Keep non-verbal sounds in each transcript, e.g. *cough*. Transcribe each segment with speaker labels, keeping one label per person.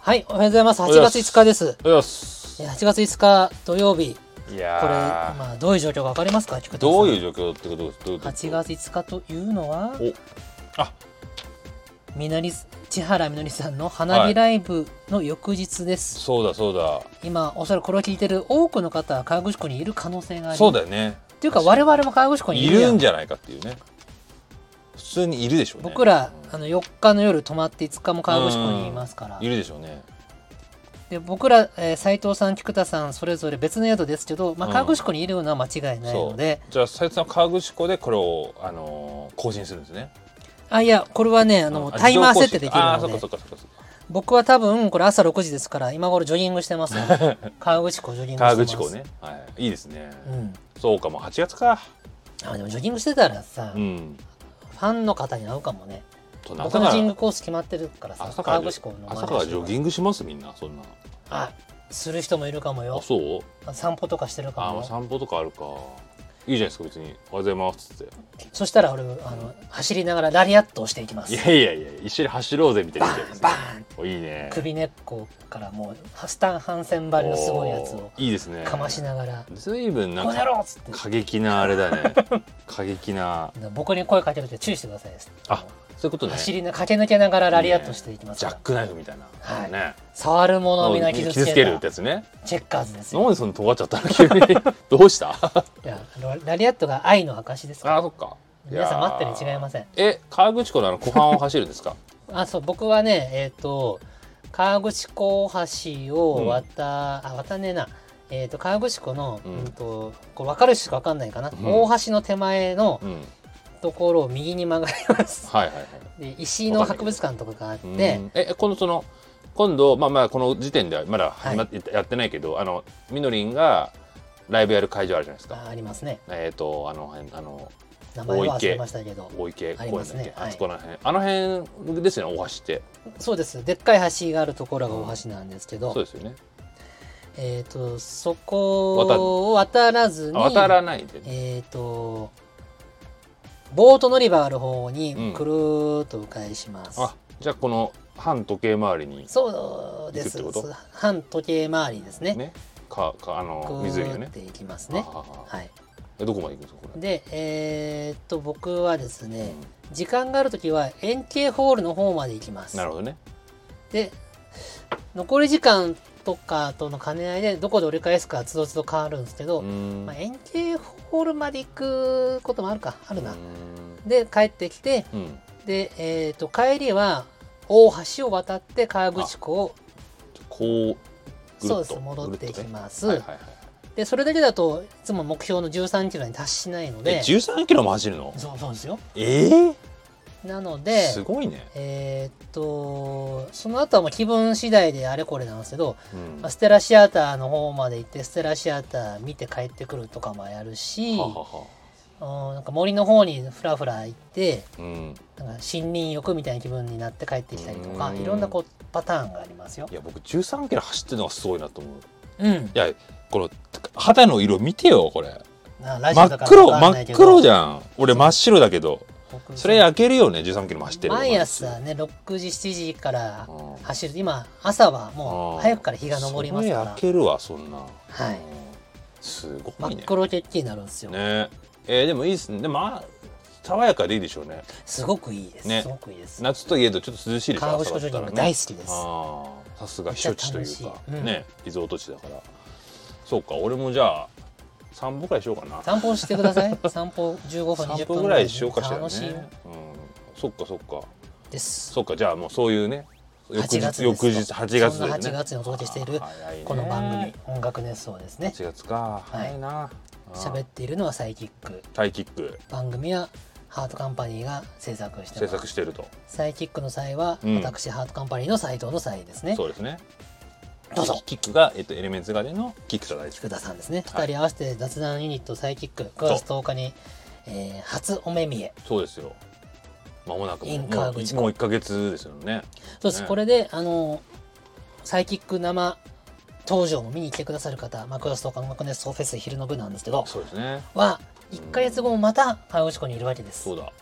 Speaker 1: はい、おはようございます。8月5日です。
Speaker 2: よし
Speaker 1: えー8月5日土曜日、
Speaker 2: い
Speaker 1: これ、
Speaker 2: や
Speaker 1: まあ、どういう状況かわかりますか菊
Speaker 2: ー
Speaker 1: 田さん
Speaker 2: どういう状況ってことですどういうこと
Speaker 1: 8月5日というのは、
Speaker 2: おあ
Speaker 1: みのり、千原みのりさんの花火ライブの翌日です。
Speaker 2: そうだそうだ
Speaker 1: 今、おそらくこれを聞いてる多くの方は河口湖にいる可能性があり
Speaker 2: そうだよね
Speaker 1: っていうか、我々も河口湖にい
Speaker 2: い
Speaker 1: るや
Speaker 2: る
Speaker 1: ん
Speaker 2: んじゃないかっていうね普通にいるでしょうね
Speaker 1: 僕ら、あの、4日の夜泊まって5日も河口湖にいますから
Speaker 2: い。るでしょうね
Speaker 1: で僕ら、えー、斉藤さん、菊田さん、それぞれ別の宿ですけど、まあ、
Speaker 2: うん
Speaker 1: 河口湖にいるのは間違いないので、
Speaker 2: じゃあ斉藤さんは河口湖でこれをあのー更新するんですね
Speaker 1: あ、いや、これはね、あの、タイマー設定できる
Speaker 2: あ
Speaker 1: の
Speaker 2: 自動更新あーそ
Speaker 1: で
Speaker 2: っ、かそっかそっかそ
Speaker 1: 僕は多分、これ朝6時ですから、今頃ジョギングしてます、
Speaker 2: *laughs*
Speaker 1: ね。河口湖ジョギン
Speaker 2: っ
Speaker 1: グしてま
Speaker 2: か
Speaker 1: す。
Speaker 2: 河口湖ね。はいいいですね
Speaker 1: うん。
Speaker 2: そうかもう8月か
Speaker 1: あ、でもジョギングしてたらさ、
Speaker 2: う
Speaker 1: フ
Speaker 2: ん
Speaker 1: ァンの方に会うかもね。
Speaker 2: と
Speaker 1: 僕
Speaker 2: 朝
Speaker 1: の
Speaker 2: か
Speaker 1: ジョギン
Speaker 2: ら
Speaker 1: グコース決まってるからさ、
Speaker 2: 朝から
Speaker 1: 河
Speaker 2: ジ
Speaker 1: 口湖
Speaker 2: ョ
Speaker 1: の周り
Speaker 2: 朝からジョギ
Speaker 1: ング
Speaker 2: ングしますみんなそんな
Speaker 1: あ、する人もいるかも
Speaker 2: あ
Speaker 1: よ。
Speaker 2: そう
Speaker 1: 散歩とかしてるか
Speaker 2: あー
Speaker 1: も
Speaker 2: まあ
Speaker 1: よ。
Speaker 2: 散歩とかあるかいいじゃないですか別に「おはようございます」っつって
Speaker 1: そしたら俺、あの、走りながらラリアットをしていきま
Speaker 2: い
Speaker 1: す。
Speaker 2: やいやいや一緒に走ろうぜみたいな
Speaker 1: バ
Speaker 2: いいじゃない
Speaker 1: ー
Speaker 2: で
Speaker 1: ン
Speaker 2: す
Speaker 1: バ
Speaker 2: か
Speaker 1: ーン
Speaker 2: おいいね
Speaker 1: 首根っこからもう、ハスタンハンセンバリのすごいやつを
Speaker 2: おーいいですね
Speaker 1: かましながら、
Speaker 2: 随分なん
Speaker 1: こうや
Speaker 2: か
Speaker 1: ろうっつって。
Speaker 2: 過激なあれ
Speaker 1: *laughs*
Speaker 2: だね過激な
Speaker 1: 僕に声かけると注意してくださいです。
Speaker 2: あそういうことね
Speaker 1: 走りな駆け抜けながらラリアットしていきます
Speaker 2: ジ
Speaker 1: か
Speaker 2: ャ
Speaker 1: ら
Speaker 2: ックナイフみたいな、
Speaker 1: はい
Speaker 2: ね
Speaker 1: 触るものを皆傷
Speaker 2: 傷
Speaker 1: つける
Speaker 2: つけるってやつね
Speaker 1: チェッカーズです
Speaker 2: なん
Speaker 1: よ
Speaker 2: でそんな尖っちゃったの
Speaker 1: *laughs*
Speaker 2: 急にどうしたあ
Speaker 1: いやあのラリアットが愛の証ですから
Speaker 2: ーそっか
Speaker 1: 皆さん待ってるに違い
Speaker 2: す
Speaker 1: ません
Speaker 2: え河口湖のあの湖畔を走るんですか
Speaker 1: あそう僕はねえっ、と川口湖大橋を渡、あ渡んねえなえー、と川口湖の、う
Speaker 2: うんん
Speaker 1: とこれ分かる人しか分かんないかな、
Speaker 2: ん
Speaker 1: 大橋の手前の
Speaker 2: うん
Speaker 1: ところを右に曲がります
Speaker 2: はいはいはい
Speaker 1: で石井の博物館とかがあっ
Speaker 2: う
Speaker 1: て
Speaker 2: んえこのその今度まあまあこの時点ではまだ始まって、やってないけどあのみのりんがライブやる会場あるじゃないですか
Speaker 1: あありますね
Speaker 2: えっ、とあの辺あの
Speaker 1: 名前は忘れましたけど
Speaker 2: 大池
Speaker 1: あり
Speaker 2: 公
Speaker 1: ま
Speaker 2: 園
Speaker 1: す
Speaker 2: だっけ
Speaker 1: ね
Speaker 2: あ,、
Speaker 1: はい
Speaker 2: そこら辺あの辺ですよね大橋って
Speaker 1: そうですでっかい橋があるところが大橋なんですけど、
Speaker 2: そうですよね
Speaker 1: えー、とそこを渡らずに
Speaker 2: あ渡らないで、
Speaker 1: えー、とボート乗り場がある方に
Speaker 2: うん
Speaker 1: くるーっと迂回します、
Speaker 2: あじゃあこの反時計回りに
Speaker 1: そうです
Speaker 2: 行くってこと
Speaker 1: 反時計回りですね
Speaker 2: ねかかあ
Speaker 1: く
Speaker 2: の湖を
Speaker 1: ーっ
Speaker 2: ね
Speaker 1: ていきますね
Speaker 2: あああ
Speaker 1: はい
Speaker 2: えどこまで行くんですかこれ
Speaker 1: でえー、と僕はですね
Speaker 2: うん
Speaker 1: 時間がある時は円形ホールの方まで行きます
Speaker 2: なるほどね
Speaker 1: で残り時間とかとの兼ね合いでどこで折り返すかつどつど変わるんですけど、
Speaker 2: うーん
Speaker 1: まあ、円形ホールまで行くこともあるかあるな、
Speaker 2: うー
Speaker 1: で帰ってきて
Speaker 2: んうん
Speaker 1: で、えー、と帰りは大橋を渡って川口湖を
Speaker 2: こうぐるっと
Speaker 1: そうです戻っていきます、
Speaker 2: すはいはいはい
Speaker 1: でそれだけだといつも目標の1 3キロに達しないの
Speaker 2: え
Speaker 1: で
Speaker 2: 13キロも走るの
Speaker 1: そうそうですよ
Speaker 2: え
Speaker 1: なの
Speaker 2: え
Speaker 1: です
Speaker 2: ごいね、
Speaker 1: えーっとその後はもう気分次第であれこれなんですけど、
Speaker 2: うん
Speaker 1: まあステラシアターの方まで行ってステラシアター見て帰ってくるとかもやるし
Speaker 2: ははは
Speaker 1: うんなんか森の方にふらふら行って
Speaker 2: うん、
Speaker 1: なんか森林浴みたいな気分になって帰ってきたりとか
Speaker 2: うん
Speaker 1: いろんなこうパターンがありますよ
Speaker 2: い。や僕13キロ走ってるのがすごいなと思う
Speaker 1: うん
Speaker 2: い、やこの肌の色見てよこれ
Speaker 1: なラジ
Speaker 2: 真
Speaker 1: オだ
Speaker 2: っ
Speaker 1: から
Speaker 2: 黒
Speaker 1: わかんな
Speaker 2: 真
Speaker 1: いけ
Speaker 2: っ
Speaker 1: ど
Speaker 2: 黒じゃん俺真っ白だけど
Speaker 1: 僕
Speaker 2: それ焼けるよね13キロも走ってる
Speaker 1: 毎朝ね6時7時から
Speaker 2: うん
Speaker 1: 走る今朝はもう
Speaker 2: あー
Speaker 1: 早くから日が昇りますか
Speaker 2: それ
Speaker 1: ら
Speaker 2: 焼けるわそんな
Speaker 1: はい
Speaker 2: うんすごい
Speaker 1: 真っ
Speaker 2: ね
Speaker 1: 黒血気になるんですよ、
Speaker 2: ねえーでもいいですねでもまあ爽やかでいいでしょうね
Speaker 1: すごくいいです、
Speaker 2: ね
Speaker 1: すごくいいです
Speaker 2: 夏といえどちょっと涼しいでしょ
Speaker 1: 川口湖
Speaker 2: 朝
Speaker 1: ジョギ
Speaker 2: だった
Speaker 1: ン
Speaker 2: ら
Speaker 1: グ
Speaker 2: ね
Speaker 1: 大好きです、
Speaker 2: ああさすが避暑地と
Speaker 1: め
Speaker 2: いうか、
Speaker 1: っちゃ楽しいうん
Speaker 2: ねリゾート地だからそうか俺もじゃあ散歩くらいしようかな
Speaker 1: 散歩してくだ
Speaker 2: *laughs*
Speaker 1: さい散歩15分
Speaker 2: 散
Speaker 1: 20
Speaker 2: 歩
Speaker 1: 分
Speaker 2: ぐらいしようかしらね
Speaker 1: 楽しいよ
Speaker 2: うん、そっかそっか
Speaker 1: です
Speaker 2: そっかじゃあもうそういうね翌
Speaker 1: 8月
Speaker 2: 日
Speaker 1: です
Speaker 2: 翌
Speaker 1: よ
Speaker 2: 日8月
Speaker 1: そんな
Speaker 2: で
Speaker 1: 8
Speaker 2: ね
Speaker 1: 月にお届けしている
Speaker 2: あ早いね
Speaker 1: この番組「音楽熱奏」ですね
Speaker 2: 8月か早いなあー
Speaker 1: 喋っているのはサイキック
Speaker 2: タイキック
Speaker 1: 番組はハートカンパニーが制作して
Speaker 2: 制
Speaker 1: ます
Speaker 2: 作してると
Speaker 1: サイキックの際は、
Speaker 2: うん
Speaker 1: 私ハートカンパニーの斉藤の際ですね
Speaker 2: そうですね
Speaker 1: どうぞ
Speaker 2: キックが、えっと、エレメンツガでのキックと大地
Speaker 1: 菊田さんですね、
Speaker 2: は
Speaker 1: 2
Speaker 2: い
Speaker 1: 人合わせて雑談ユニットサイキック9月10日に、えー初お目見え
Speaker 2: そうですよまもなくも
Speaker 1: In
Speaker 2: もう
Speaker 1: 河口湖
Speaker 2: もう1か月ですよね
Speaker 1: そうです、
Speaker 2: ね
Speaker 1: これであのサイキック生登場も見に来てくださる方、まあ、9月10日の音楽熱奏フェス昼の部なんですけど
Speaker 2: そうですね
Speaker 1: は1か月後もまた河口湖にいるわけです
Speaker 2: そうだ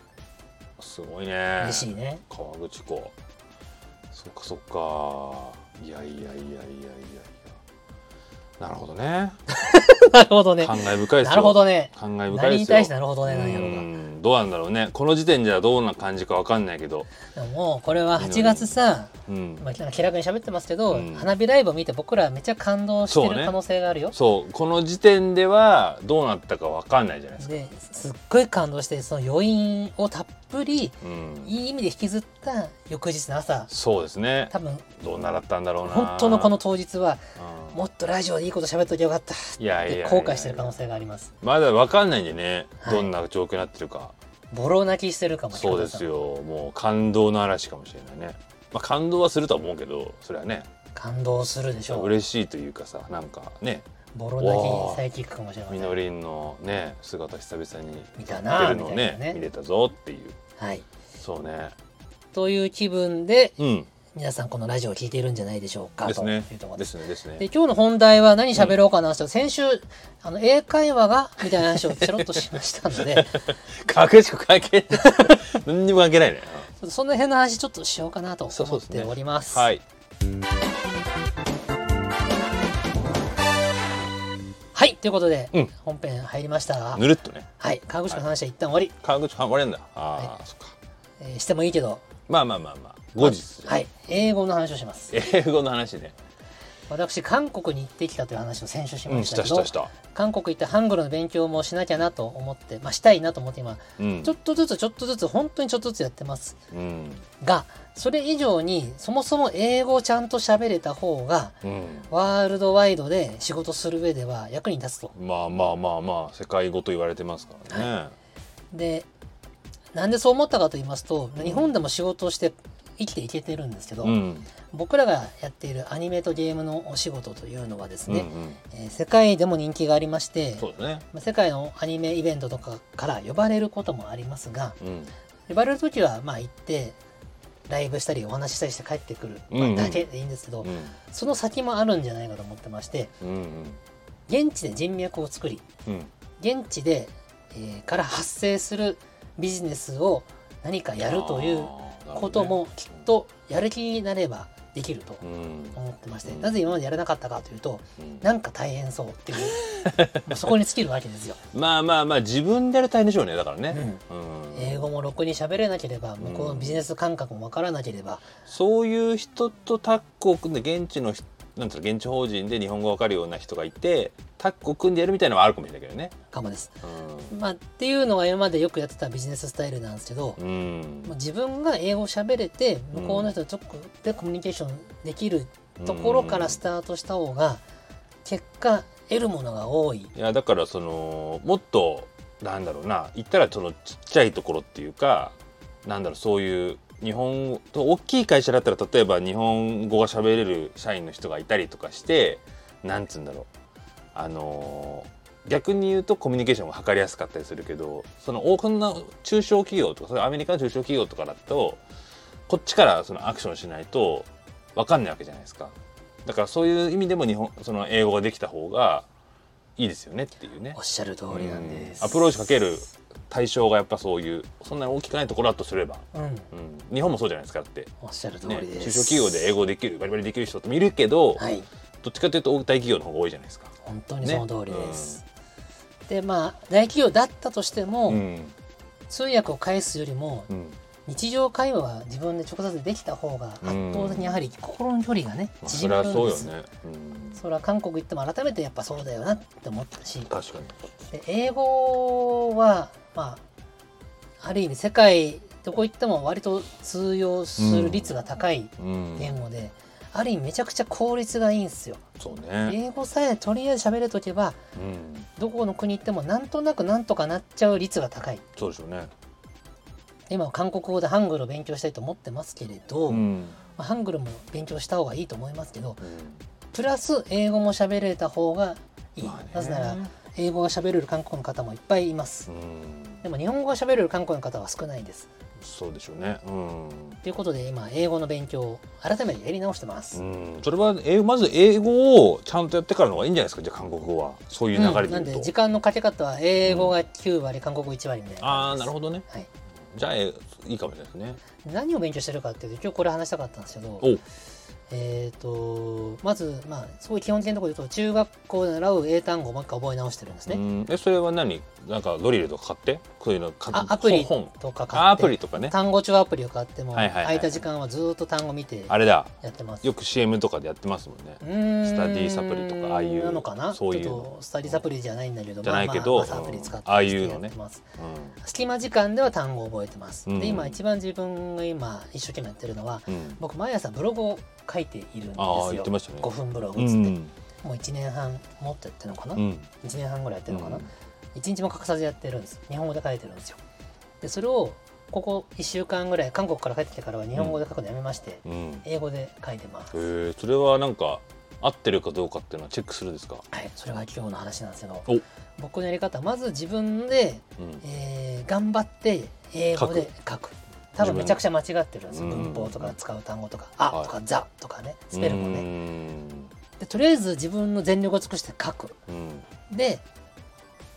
Speaker 2: すごいね
Speaker 1: 嬉しいね
Speaker 2: 川口湖そっかそっかいやいやいやいやいやいやなるほどね
Speaker 1: なるほどね。
Speaker 2: 感慨深いですよ
Speaker 1: なるほどね。
Speaker 2: 感慨深い
Speaker 1: 何
Speaker 2: で
Speaker 1: に
Speaker 2: すよ
Speaker 1: 対してなるほどね、なんやろうな。
Speaker 2: うんどうなんだろうねこの時点じゃどんな感じかわかんないけど、
Speaker 1: でももうこれは8月さ、
Speaker 2: うん、
Speaker 1: まあ、なんか気楽に喋ってますけど、
Speaker 2: うん
Speaker 1: 花火ライブを見て僕らめっちゃ感動して
Speaker 2: そう
Speaker 1: る
Speaker 2: ね
Speaker 1: 可能性があるよ。
Speaker 2: そうこの時点ではどうなったかわかんないじゃないですか、
Speaker 1: ですっごい感動してその余韻をたっぷり
Speaker 2: うん、
Speaker 1: いい意味で引きずった翌日の朝
Speaker 2: そうですね
Speaker 1: 多分
Speaker 2: どう習ったんだろうな
Speaker 1: 本当のこの、当日は
Speaker 2: うん
Speaker 1: もっとラジオでいいこと喋っときゃよかったっ
Speaker 2: いやいやい
Speaker 1: て
Speaker 2: や
Speaker 1: 後悔してる可能性があります
Speaker 2: まだわかんないんでね、
Speaker 1: はい
Speaker 2: どんな状況になってるか
Speaker 1: ボロ泣きしてるかもしれ
Speaker 2: そう
Speaker 1: な
Speaker 2: で
Speaker 1: い
Speaker 2: すよもう感動の嵐かもしれないねまあ感動はするとは思うけどそれはね
Speaker 1: 感動するでしょう
Speaker 2: 嬉しいというかさなんかね
Speaker 1: ボロ泣きサイキックかもしれませ
Speaker 2: み
Speaker 1: ん
Speaker 2: のりんのね姿久々に
Speaker 1: 見た
Speaker 2: 出
Speaker 1: な
Speaker 2: る
Speaker 1: み
Speaker 2: のを
Speaker 1: たい
Speaker 2: ね
Speaker 1: なね
Speaker 2: 見れたぞっていう
Speaker 1: はい
Speaker 2: そうね
Speaker 1: という気分で
Speaker 2: うん
Speaker 1: 皆さんこのラジオを聞いているんじゃないでしょうか
Speaker 2: です
Speaker 1: とい
Speaker 2: ね
Speaker 1: うところ
Speaker 2: で
Speaker 1: です
Speaker 2: すねですね
Speaker 1: で今日の本題は何喋ろうかなと、先週あの英会話がみたいな話をちょろっとしましたの
Speaker 2: *laughs*
Speaker 1: でちょ
Speaker 2: 隠しく関係 *laughs* ない何にも関係ないね
Speaker 1: っとその辺の話ちょっとしようかなと
Speaker 2: そう
Speaker 1: 思
Speaker 2: そう
Speaker 1: っ
Speaker 2: ですね
Speaker 1: ております。
Speaker 2: はい
Speaker 1: はいということで、
Speaker 2: うん
Speaker 1: 本編入りましたが
Speaker 2: ぬるっとね
Speaker 1: はい川口の話は一旦終わり、
Speaker 2: 川口半割れんだああそっか
Speaker 1: えーしてもいいけど
Speaker 2: まあまあまあまあ後日
Speaker 1: はい英語の話をします
Speaker 2: 英語の話ね
Speaker 1: 私韓国に行ってきたという話を先週し
Speaker 2: う
Speaker 1: ま
Speaker 2: ん
Speaker 1: し
Speaker 2: したた
Speaker 1: け
Speaker 2: し
Speaker 1: ど、
Speaker 2: たした
Speaker 1: 韓国行ってハングルの勉強もしなきゃなと思ってまあしたいなと思って今
Speaker 2: うん
Speaker 1: ちょっとずつちょっとずつ本当にちょっとずつやってます
Speaker 2: うん
Speaker 1: がそれ以上にそもそも英語をちゃんと喋れた方が
Speaker 2: うん
Speaker 1: ワールドワイドで仕事する上では役に立つと。
Speaker 2: まあまあまあまあ世界語と言われてますからね
Speaker 1: でなんでそう思ったかと言いますと日本でも仕事をして生きていけてるんですけど、
Speaker 2: うん
Speaker 1: 僕らがやっているアニメとゲームのお仕事というのはです
Speaker 2: うんう
Speaker 1: ね、
Speaker 2: ん
Speaker 1: えー世界でも人気がありまして
Speaker 2: そうだね
Speaker 1: まあ世界のアニメイベントとかから呼ばれることもありますが
Speaker 2: うん
Speaker 1: 呼ばれる時はまあ行ってライブしたりお話ししたりして帰ってくるまあだけでいいんですけど、
Speaker 2: うん
Speaker 1: その先もあるんじゃないかと思ってまして
Speaker 2: うん
Speaker 1: 現地で人脈を作り
Speaker 2: うん
Speaker 1: 現地で、えーから発生するビジネスを何かやるということもきっとやる気になればできると
Speaker 2: うん
Speaker 1: 思ってまして
Speaker 2: うん
Speaker 1: なぜ今までやらなかったかというと
Speaker 2: うん
Speaker 1: なんか大変そうっ
Speaker 2: *laughs*
Speaker 1: ていうもうそこに尽きるわけですよ。
Speaker 2: まあまあまあ自分でやると大変でしょうねだからねうん
Speaker 1: 英語もろくに喋れなければ向こうのビジネス感覚もわからなければ
Speaker 2: そういう人とタッグを組んで現地の人なんていうの現地法人で日本語わかるような人がいてタッグを組んでやるみたいなのはあるかもしれないけどね。
Speaker 1: かもです。まあ、っていうのが今までよくやってたビジネススタイルなんですけど
Speaker 2: うん、うん
Speaker 1: もう自分が英語を喋れて向こうの人と直でコミュニケーションできるところからスタートした方が結果得るものが多い
Speaker 2: いやだからそのもっとなんだろうな言ったらそのちっちゃいところっていうかなんだろうそういう日本と大きい会社だったら例えば日本語が喋れる社員の人がいたりとかしてなんつうんだろうあのー逆に言うとコミュニケーションが図りやすかったりするけどその多くの中小企業とかそれアメリカの中小企業とかだとこっちからそのアクションしないと分かんないわけじゃないですかだからそういう意味でも日本その英語ができた方がいいですよねっていうね
Speaker 1: おっしゃる通りなんです。
Speaker 2: うんアプローチかける対象がやっぱそういうそんなに大きくないところだとすれば、
Speaker 1: うん、
Speaker 2: うん、日本もそうじゃないですかだって、
Speaker 1: おっしゃる通り
Speaker 2: ね、
Speaker 1: です。
Speaker 2: 中小企業で英語できるバリバリできる人ってもいるけど、
Speaker 1: はい、
Speaker 2: どっちかというと大企業の方が多いじゃないですか。
Speaker 1: 本当にその通りです。で、まあ大企業だったとしても、
Speaker 2: うん
Speaker 1: 通訳を返すよりも
Speaker 2: うん
Speaker 1: 日常会話は自分で直接できた方が圧倒的にやはり心の距離がね、
Speaker 2: まあ、そ
Speaker 1: 縮ま
Speaker 2: れは
Speaker 1: るん
Speaker 2: そう
Speaker 1: で
Speaker 2: よ
Speaker 1: す。
Speaker 2: ね、うん、
Speaker 1: それは韓国行っても改めてやっぱそうだよなって思ったし、
Speaker 2: 確かに
Speaker 1: で英語はまあある意味世界どこ行っても割と通用する率が高い
Speaker 2: うん
Speaker 1: 言語で、ある意味めちゃくちゃ効率がいいんですよ。
Speaker 2: そうね、
Speaker 1: 英語さえとりあえず喋れとけば
Speaker 2: うん、
Speaker 1: どこの国行ってもなんとなくなんとかなっちゃう率が高い。
Speaker 2: そうでしょうね、
Speaker 1: 今は韓国語でハングルを勉強したいと思ってますけれど、
Speaker 2: う
Speaker 1: ま
Speaker 2: ん
Speaker 1: あハングルも勉強した方がいいと思いますけどプラス英語も喋れた方がいい、
Speaker 2: まあね
Speaker 1: なぜなら英語が喋れる韓国の方もいっぱいいま
Speaker 2: う
Speaker 1: す、
Speaker 2: ん、
Speaker 1: でも日本語が喋れる韓国の方は少ないです
Speaker 2: そうでしょうね、うん
Speaker 1: ということで今英語の勉強を改めてやり直してます、
Speaker 2: うん、それは英まず英語をちゃんとやってからの方がいいんじゃないですかじゃあ韓国語はそういう流れで
Speaker 1: な
Speaker 2: 言
Speaker 1: ん
Speaker 2: うと、
Speaker 1: で時間のかけ方は英語が9割、韓国語1割みたいな
Speaker 2: ああなる
Speaker 1: ほ
Speaker 2: ほどね
Speaker 1: ど、はい、
Speaker 2: じゃあえいいかもしれないですね
Speaker 1: 何を勉強してるかっていうと今日これ話したかったんですけど
Speaker 2: おう、
Speaker 1: えー、とまず、まあ、すごい基本的なところで言うと中学校で習う英単語をもう一回覚え直してるんです
Speaker 2: う
Speaker 1: ね。
Speaker 2: んえそれは何なんかドリルとか買ってそういうの買
Speaker 1: あアプリ
Speaker 2: 本本
Speaker 1: とか買って
Speaker 2: あアプリとかね
Speaker 1: 単語帳アプリを買っても、
Speaker 2: はいはいはい
Speaker 1: 空いた時間はずっと単語見て
Speaker 2: あれだ
Speaker 1: やってます。
Speaker 2: よく CM とかでやってますもんねス
Speaker 1: ス
Speaker 2: タディサプリとかああいう
Speaker 1: なのかな
Speaker 2: そういう
Speaker 1: ちょっとスタディサプリじゃないんだけど
Speaker 2: じゃないけど
Speaker 1: まあまあ朝アプリ使って
Speaker 2: うんああいうのね
Speaker 1: やってます隙間時間では単語を覚えてます、
Speaker 2: うん
Speaker 1: で今一番自分が今一生懸命やってるのは
Speaker 2: うん、うん、
Speaker 1: 僕毎朝ブログを書いているんです
Speaker 2: ああ言っ
Speaker 1: よ
Speaker 2: てましたね
Speaker 1: 5分ブログ
Speaker 2: う
Speaker 1: っつって、
Speaker 2: ん
Speaker 1: もう1年半もっとやってるのかな、
Speaker 2: うん
Speaker 1: 1年半ぐらいやってるのかな、
Speaker 2: うん
Speaker 1: 一1日も欠かさずやってるんです日本語で書いてるんですよでそれをここ1週間ぐらい韓国から帰ってきてからは日本語で書くのやめまして、
Speaker 2: うんへ
Speaker 1: 英語で書いてます
Speaker 2: えそれはなんか合ってるかどうかっていうのはチェックするんですか
Speaker 1: はい、それが今日の話なんですけど
Speaker 2: お
Speaker 1: 僕のやり方はまず自分で、
Speaker 2: うん
Speaker 1: えー頑張って英語で書く多分めちゃくちゃ間違ってるんですよ
Speaker 2: 自分で
Speaker 1: 文法とか使う単語とか「
Speaker 2: は
Speaker 1: あ
Speaker 2: い」
Speaker 1: とか「ざ」とかねスペルもね
Speaker 2: ね
Speaker 1: でとりあえず自分の全力を尽くして書く
Speaker 2: うん
Speaker 1: で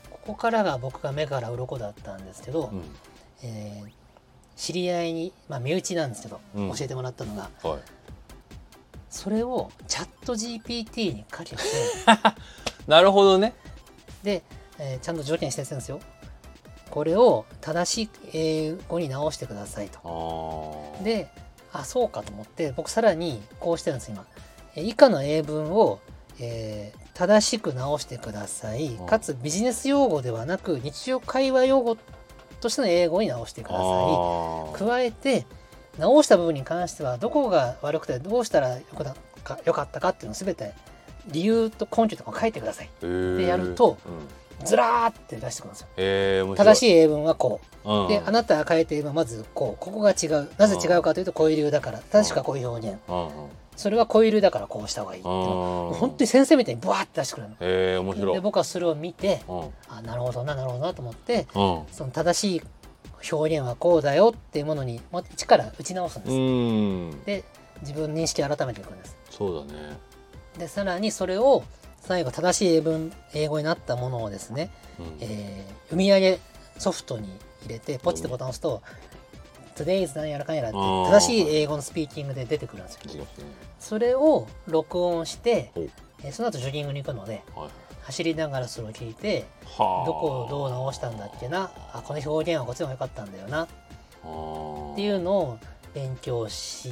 Speaker 1: ここからが僕が目から鱗だったんですけど、
Speaker 2: うん
Speaker 1: えー知り合いに、まあ、身内なんですけど、
Speaker 2: うん
Speaker 1: 教えてもらったのが
Speaker 2: はい
Speaker 1: それをチャット GPT にかけて
Speaker 2: なるほどね
Speaker 1: で、えーちゃんと条件指定するんですよ。これを正しい英語に直してくださいと。
Speaker 2: あー
Speaker 1: で、あ、そうかと思って、僕さらにこうしてるんです、今。えー以下の英文を、えー正しく直してください
Speaker 2: うん。
Speaker 1: かつビジネス用語ではなく、日常会話用語としての英語に直してくださ
Speaker 2: あ
Speaker 1: い。
Speaker 2: ー
Speaker 1: 加えて、直した部分に関しては、どこが悪くて、どうしたらよくなか良かったかっていうのを全て、理由と根拠とかを書いてください。
Speaker 2: へー
Speaker 1: でやると
Speaker 2: うん
Speaker 1: ずらーって出してくるんですよ。
Speaker 2: へえ面白い
Speaker 1: 正しい
Speaker 2: い
Speaker 1: 英文はこう。で、あ
Speaker 2: あ
Speaker 1: なたが変えているのはまずこう。ここが違う。なぜ違うかというと、こういう理由だから。正しくはこういう表現。
Speaker 2: うんうん
Speaker 1: それはこういう理由だからこうした方がいいっていうの。もう本当に先生みたいにブワーって出してくれる
Speaker 2: へえ面
Speaker 1: の。
Speaker 2: 白い
Speaker 1: で、僕はそれを見て、
Speaker 2: うんうん
Speaker 1: あ、なるほどな、なるほどなと思って、
Speaker 2: う
Speaker 1: その正しい表現はこうだよっていうものに、もう一から打ち直すんです。
Speaker 2: ーん
Speaker 1: で、自分の認識を改めていくんです。
Speaker 2: そうだね
Speaker 1: で、さらにそれを、最後、正しい英文、英語になったものをですね、
Speaker 2: うん
Speaker 1: えー読み上げソフトに入れてポチってボタンを押すと「Today's なんやらかんやら」って
Speaker 2: あー
Speaker 1: 正しい英語のスピーキングで出てくるんですよ。
Speaker 2: 違いますね
Speaker 1: それを録音して
Speaker 2: ほう、
Speaker 1: えーその後ジョギングに行くので
Speaker 2: はい
Speaker 1: 走りながらそれを聞いて
Speaker 2: はあ
Speaker 1: どこをどう直したんだっけなあこの表現はこっちの方が良かったんだよなっ
Speaker 2: あー
Speaker 1: ていうのを勉強し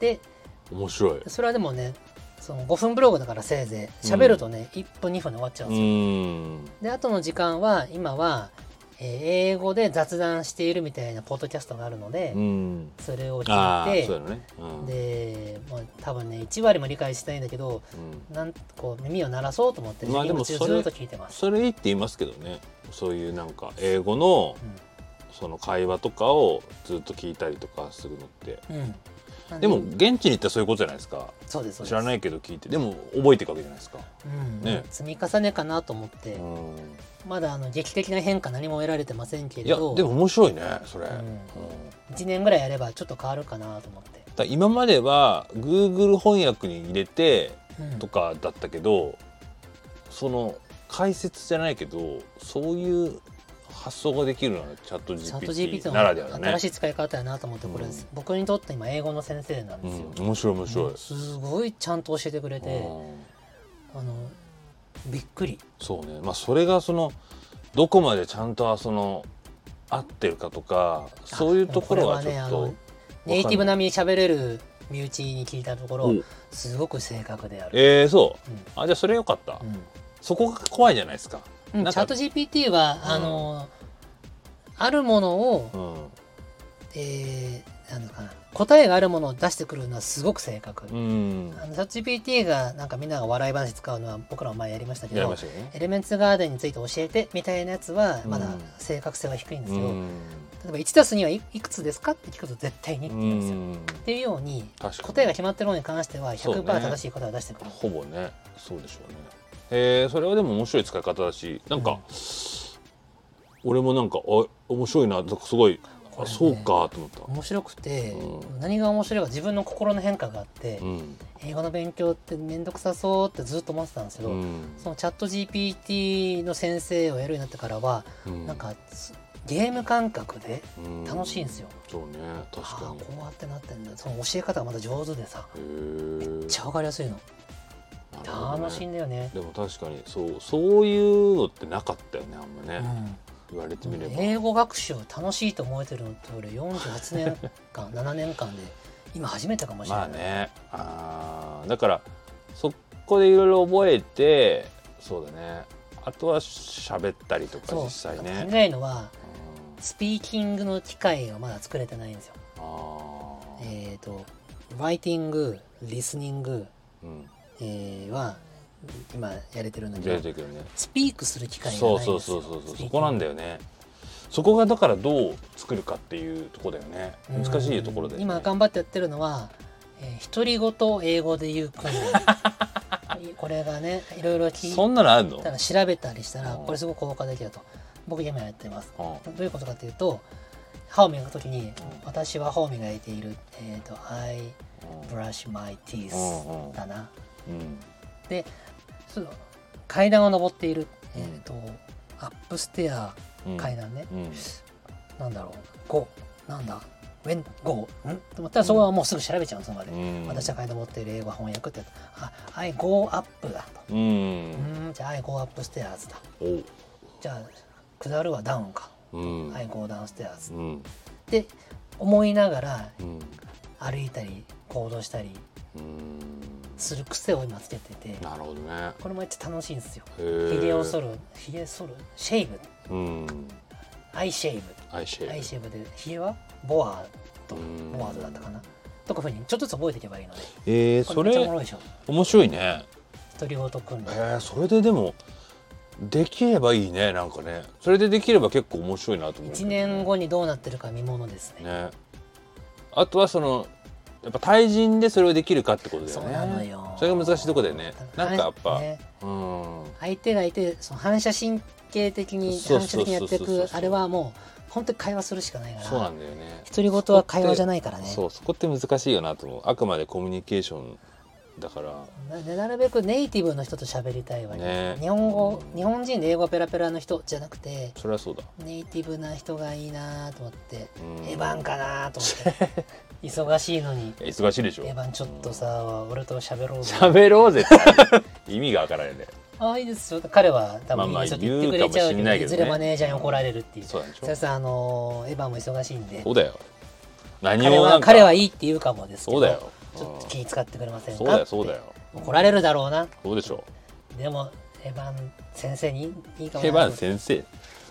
Speaker 1: で
Speaker 2: おー面白い
Speaker 1: それはでもねその5分ブログだからせいぜい喋るとね、1分2分で終わっちゃうん
Speaker 2: う
Speaker 1: ですよ。
Speaker 2: ーん
Speaker 1: で、あとの時間は、今は、えー英語で雑談しているみたいなポッドキャストがあるので、
Speaker 2: うん
Speaker 1: それを
Speaker 2: あ
Speaker 1: 聞
Speaker 2: あ
Speaker 1: い
Speaker 2: そう
Speaker 1: て、
Speaker 2: だねうん
Speaker 1: で、まあ、多分ね、1割も理解してないんだけど、
Speaker 2: うん
Speaker 1: なんこう耳を鳴らそうと思って、
Speaker 2: まあ
Speaker 1: 授業中
Speaker 2: でも
Speaker 1: ず
Speaker 2: それ
Speaker 1: っと聞いてます。
Speaker 2: それいいって言いますけどねそういうなんか英語のその会話とかをずっと聞いたりとかするのって
Speaker 1: うん。うんなん
Speaker 2: でも現地に行ったらそういうことじゃないですか
Speaker 1: そうです、そうです。。
Speaker 2: 知らないいけど聞いてでも覚えていくわけじゃないですか
Speaker 1: うん、
Speaker 2: ね
Speaker 1: 積み重ねかなと思って、
Speaker 2: うん
Speaker 1: まだあの劇的な変化何も得られてませんけ
Speaker 2: い
Speaker 1: れ
Speaker 2: やで
Speaker 1: ど、
Speaker 2: も面白いねそれ、
Speaker 1: う
Speaker 2: うんん
Speaker 1: 1年ぐらいやればちょっと変わるかなと思って。
Speaker 2: だ今までは Google 翻訳に入れて
Speaker 1: うん
Speaker 2: とかだったけどその解説じゃないけどそういう発想ができるのはチャット
Speaker 1: チャット GPT
Speaker 2: GPT
Speaker 1: の
Speaker 2: ならではだね
Speaker 1: 新しい使い方やなと思ってこれです、僕にとって今英語の先生なんですよ、
Speaker 2: うん、面白い面白い、
Speaker 1: すごいちゃんと教えてくれて、
Speaker 2: うん
Speaker 1: あのびっくり
Speaker 2: そうねまあそれがそのどこまでちゃんとその合ってるかとかそういうところはちょっ
Speaker 1: あ
Speaker 2: と、
Speaker 1: のネイティブ並みに喋れる身内に聞いたとこ
Speaker 2: う
Speaker 1: ろ
Speaker 2: ん
Speaker 1: すごく正確である、
Speaker 2: えー、そう、
Speaker 1: うん
Speaker 2: あじゃあそれよかった、
Speaker 1: うん
Speaker 2: そこが怖いじゃないですか、
Speaker 1: うん
Speaker 2: なん
Speaker 1: チャッ
Speaker 2: か
Speaker 1: ト GPT は、
Speaker 2: うん
Speaker 1: あのあるものを、
Speaker 2: うん
Speaker 1: えー、なんだかな答えがあるものを出してくるのはすごく正確、
Speaker 2: うん
Speaker 1: あのチャット GPT がなんかみんなが笑い話使うのは僕らも前やりましたけ
Speaker 2: やり
Speaker 1: ど
Speaker 2: ましたよね
Speaker 1: エレメンツガーデンについて教えてみたいなやつはまだ
Speaker 2: うん
Speaker 1: 正確性は低いんです
Speaker 2: う
Speaker 1: けど、
Speaker 2: ん
Speaker 1: 例えば1たす2はいいくつですかって聞くと絶対にって言うんですよ。
Speaker 2: うん
Speaker 1: っていうように
Speaker 2: 確かに
Speaker 1: 答えが決まってるものに関しては
Speaker 2: そう
Speaker 1: 100%
Speaker 2: ね
Speaker 1: 正しい答えを出してくる、
Speaker 2: ほぼねそうでしょうねへえそれはでも面白い使い方だしなんか、
Speaker 1: うん
Speaker 2: 俺もなんかあ面白いななんかすごい、
Speaker 1: こ
Speaker 2: あ
Speaker 1: れね
Speaker 2: そうかと思った、
Speaker 1: 面白くて、
Speaker 2: うん
Speaker 1: 何が面白いか自分の心の変化があって、
Speaker 2: うん
Speaker 1: 英語の勉強って面倒くさそうってずっと思ってたんですけど、
Speaker 2: うん
Speaker 1: そのチャット GPT の先生をやるようになってからは、
Speaker 2: うん
Speaker 1: なんかすゲーム感覚で
Speaker 2: うん
Speaker 1: 楽しいんですよ。
Speaker 2: そうね確
Speaker 1: あ
Speaker 2: か
Speaker 1: あ
Speaker 2: に
Speaker 1: こうやってなってんだその教え方がまた上手でさ
Speaker 2: へー
Speaker 1: めっちゃ分かりやすいの
Speaker 2: なるほどね
Speaker 1: 楽しいんだよね。
Speaker 2: でも確かにそうそういうのってなかったよねあんま
Speaker 1: う
Speaker 2: ね、
Speaker 1: ん
Speaker 2: 言われてみれば、
Speaker 1: 英語学習楽しいと思えてるのって俺48年間7年間で今初めてかもしれ
Speaker 2: ま
Speaker 1: な
Speaker 2: あ
Speaker 1: い、
Speaker 2: ねあーだからそこでいろいろ覚えてそうだねあとは喋ったりとか
Speaker 1: そう
Speaker 2: 実際
Speaker 1: やっ
Speaker 2: ね
Speaker 1: ぱ足りないのは
Speaker 2: うん
Speaker 1: スピーキングの機会がまだ作れてないんですよ
Speaker 2: あー
Speaker 1: えっ、とライティングリスニング、
Speaker 2: うん
Speaker 1: えーは今やれてるんだ
Speaker 2: 出
Speaker 1: けど
Speaker 2: てくるね
Speaker 1: スピークする機会がない
Speaker 2: そ
Speaker 1: ん
Speaker 2: う
Speaker 1: ですよ
Speaker 2: そうそうそうそ
Speaker 1: スピー
Speaker 2: うそ
Speaker 1: キング
Speaker 2: こなんだよねそこがだからどう作るかっていうとこだよね難しいところで、
Speaker 1: うん今頑張ってやってるのは、えー、独り言を英語で言う
Speaker 2: *laughs*
Speaker 1: 訓練これがねいろいろ聞い
Speaker 2: そんなのあるの
Speaker 1: たら調べたりしたら
Speaker 2: うん
Speaker 1: これすごく効果的だと僕今やってます
Speaker 2: うん
Speaker 1: どういうことかというと歯を磨くときに
Speaker 2: ん
Speaker 1: 私は歯を磨いているえっ、と I brush my
Speaker 2: うんう
Speaker 1: teeth
Speaker 2: ん
Speaker 1: だな
Speaker 2: うん
Speaker 1: そう階段を登っている
Speaker 2: う
Speaker 1: え
Speaker 2: ん
Speaker 1: っ、とアップステア
Speaker 2: うん
Speaker 1: 階段ね、
Speaker 2: うん
Speaker 1: なんだろう5なんだ when go んと思ったらそこはもうすぐ調べちゃうその場で、
Speaker 2: うん
Speaker 1: 私は階段を持っている英語は翻訳ってやつあ I go up だと
Speaker 2: うん
Speaker 1: うーんじゃあ I go up stairs だ
Speaker 2: おう
Speaker 1: じゃあ下るはダウンか、
Speaker 2: うん
Speaker 1: I go down stairs
Speaker 2: うん
Speaker 1: って思いながら
Speaker 2: うん
Speaker 1: 歩いたり行動したり
Speaker 2: うん
Speaker 1: する癖を今つけてて
Speaker 2: なるほどね
Speaker 1: これもめっちゃ楽しいんですよ
Speaker 2: へ
Speaker 1: ひげを剃
Speaker 2: る
Speaker 1: るひげ剃るシェイブ
Speaker 2: うん
Speaker 1: アイシェイ
Speaker 2: アイシェイ
Speaker 1: ブ
Speaker 2: ブ
Speaker 1: アイシェイブでひげはボアと
Speaker 2: うん
Speaker 1: ボアードだったかなとかふうにちょっとずつ覚えていけばいいので
Speaker 2: えー、
Speaker 1: こ
Speaker 2: そ
Speaker 1: れめっちゃおも
Speaker 2: れ
Speaker 1: ろいでしょ
Speaker 2: 面白いね
Speaker 1: 独り言訓
Speaker 2: え
Speaker 1: 練
Speaker 2: ー、それででもできればいいねなんかねそれでできれば結構面白いなと思うけ
Speaker 1: 1
Speaker 2: どね
Speaker 1: 年後にどうなってるか見ものですね
Speaker 2: ねあとはそのやっぱ対人でそれをできるかってことだよね
Speaker 1: そうなのよ
Speaker 2: それが難しいとこだよねなんかやっぱ、
Speaker 1: ね
Speaker 2: うん
Speaker 1: 相手がいてその反射神経的に
Speaker 2: そう
Speaker 1: 反
Speaker 2: そ
Speaker 1: 射
Speaker 2: うそう
Speaker 1: 的
Speaker 2: そう
Speaker 1: にやっていくあれはもう本当に会話するしかないから
Speaker 2: そうなんだよね
Speaker 1: 独り言は会話じゃないからね
Speaker 2: そうそこって難しいよなと思うあくまでコミュニケーションだから
Speaker 1: ななるべくネイティブの人と喋りたいわけ、
Speaker 2: ね
Speaker 1: 日本語
Speaker 2: うん
Speaker 1: 日本人で英語ペラペラの人じゃなくて
Speaker 2: それはそうだ、
Speaker 1: ネイティブな人がいいなと思って、
Speaker 2: うん
Speaker 1: エヴァンかなと思って
Speaker 2: *laughs*
Speaker 1: 忙しいのに
Speaker 2: 忙しいでしょ
Speaker 1: エヴァンちょっとさ俺と喋ろうぜ
Speaker 2: 喋ろうぜって意味がわからないね
Speaker 1: *laughs* ああいいですよ彼は多
Speaker 2: ま
Speaker 1: 分
Speaker 2: あ
Speaker 1: いい
Speaker 2: まあ
Speaker 1: ですよって言ってくれちゃうけ
Speaker 2: 言うかもしん
Speaker 1: ど,、
Speaker 2: ない
Speaker 1: い
Speaker 2: けど
Speaker 1: ず
Speaker 2: ね
Speaker 1: れマネージャーに怒られるっていう
Speaker 2: そうなんでし
Speaker 1: それ
Speaker 2: ょ
Speaker 1: さあのーエヴァンも忙しいんで
Speaker 2: そうだよ何
Speaker 1: 彼
Speaker 2: をなん
Speaker 1: は
Speaker 2: か
Speaker 1: 彼はいいって言うかもですけど
Speaker 2: そうだよ
Speaker 1: ちょっと気使ってくれませんか
Speaker 2: そうだよそうだよ
Speaker 1: って怒られるだろうな
Speaker 2: そうでしょ
Speaker 1: でもエヴァン先生にいいかも
Speaker 2: エヴ
Speaker 1: な
Speaker 2: ァン先生も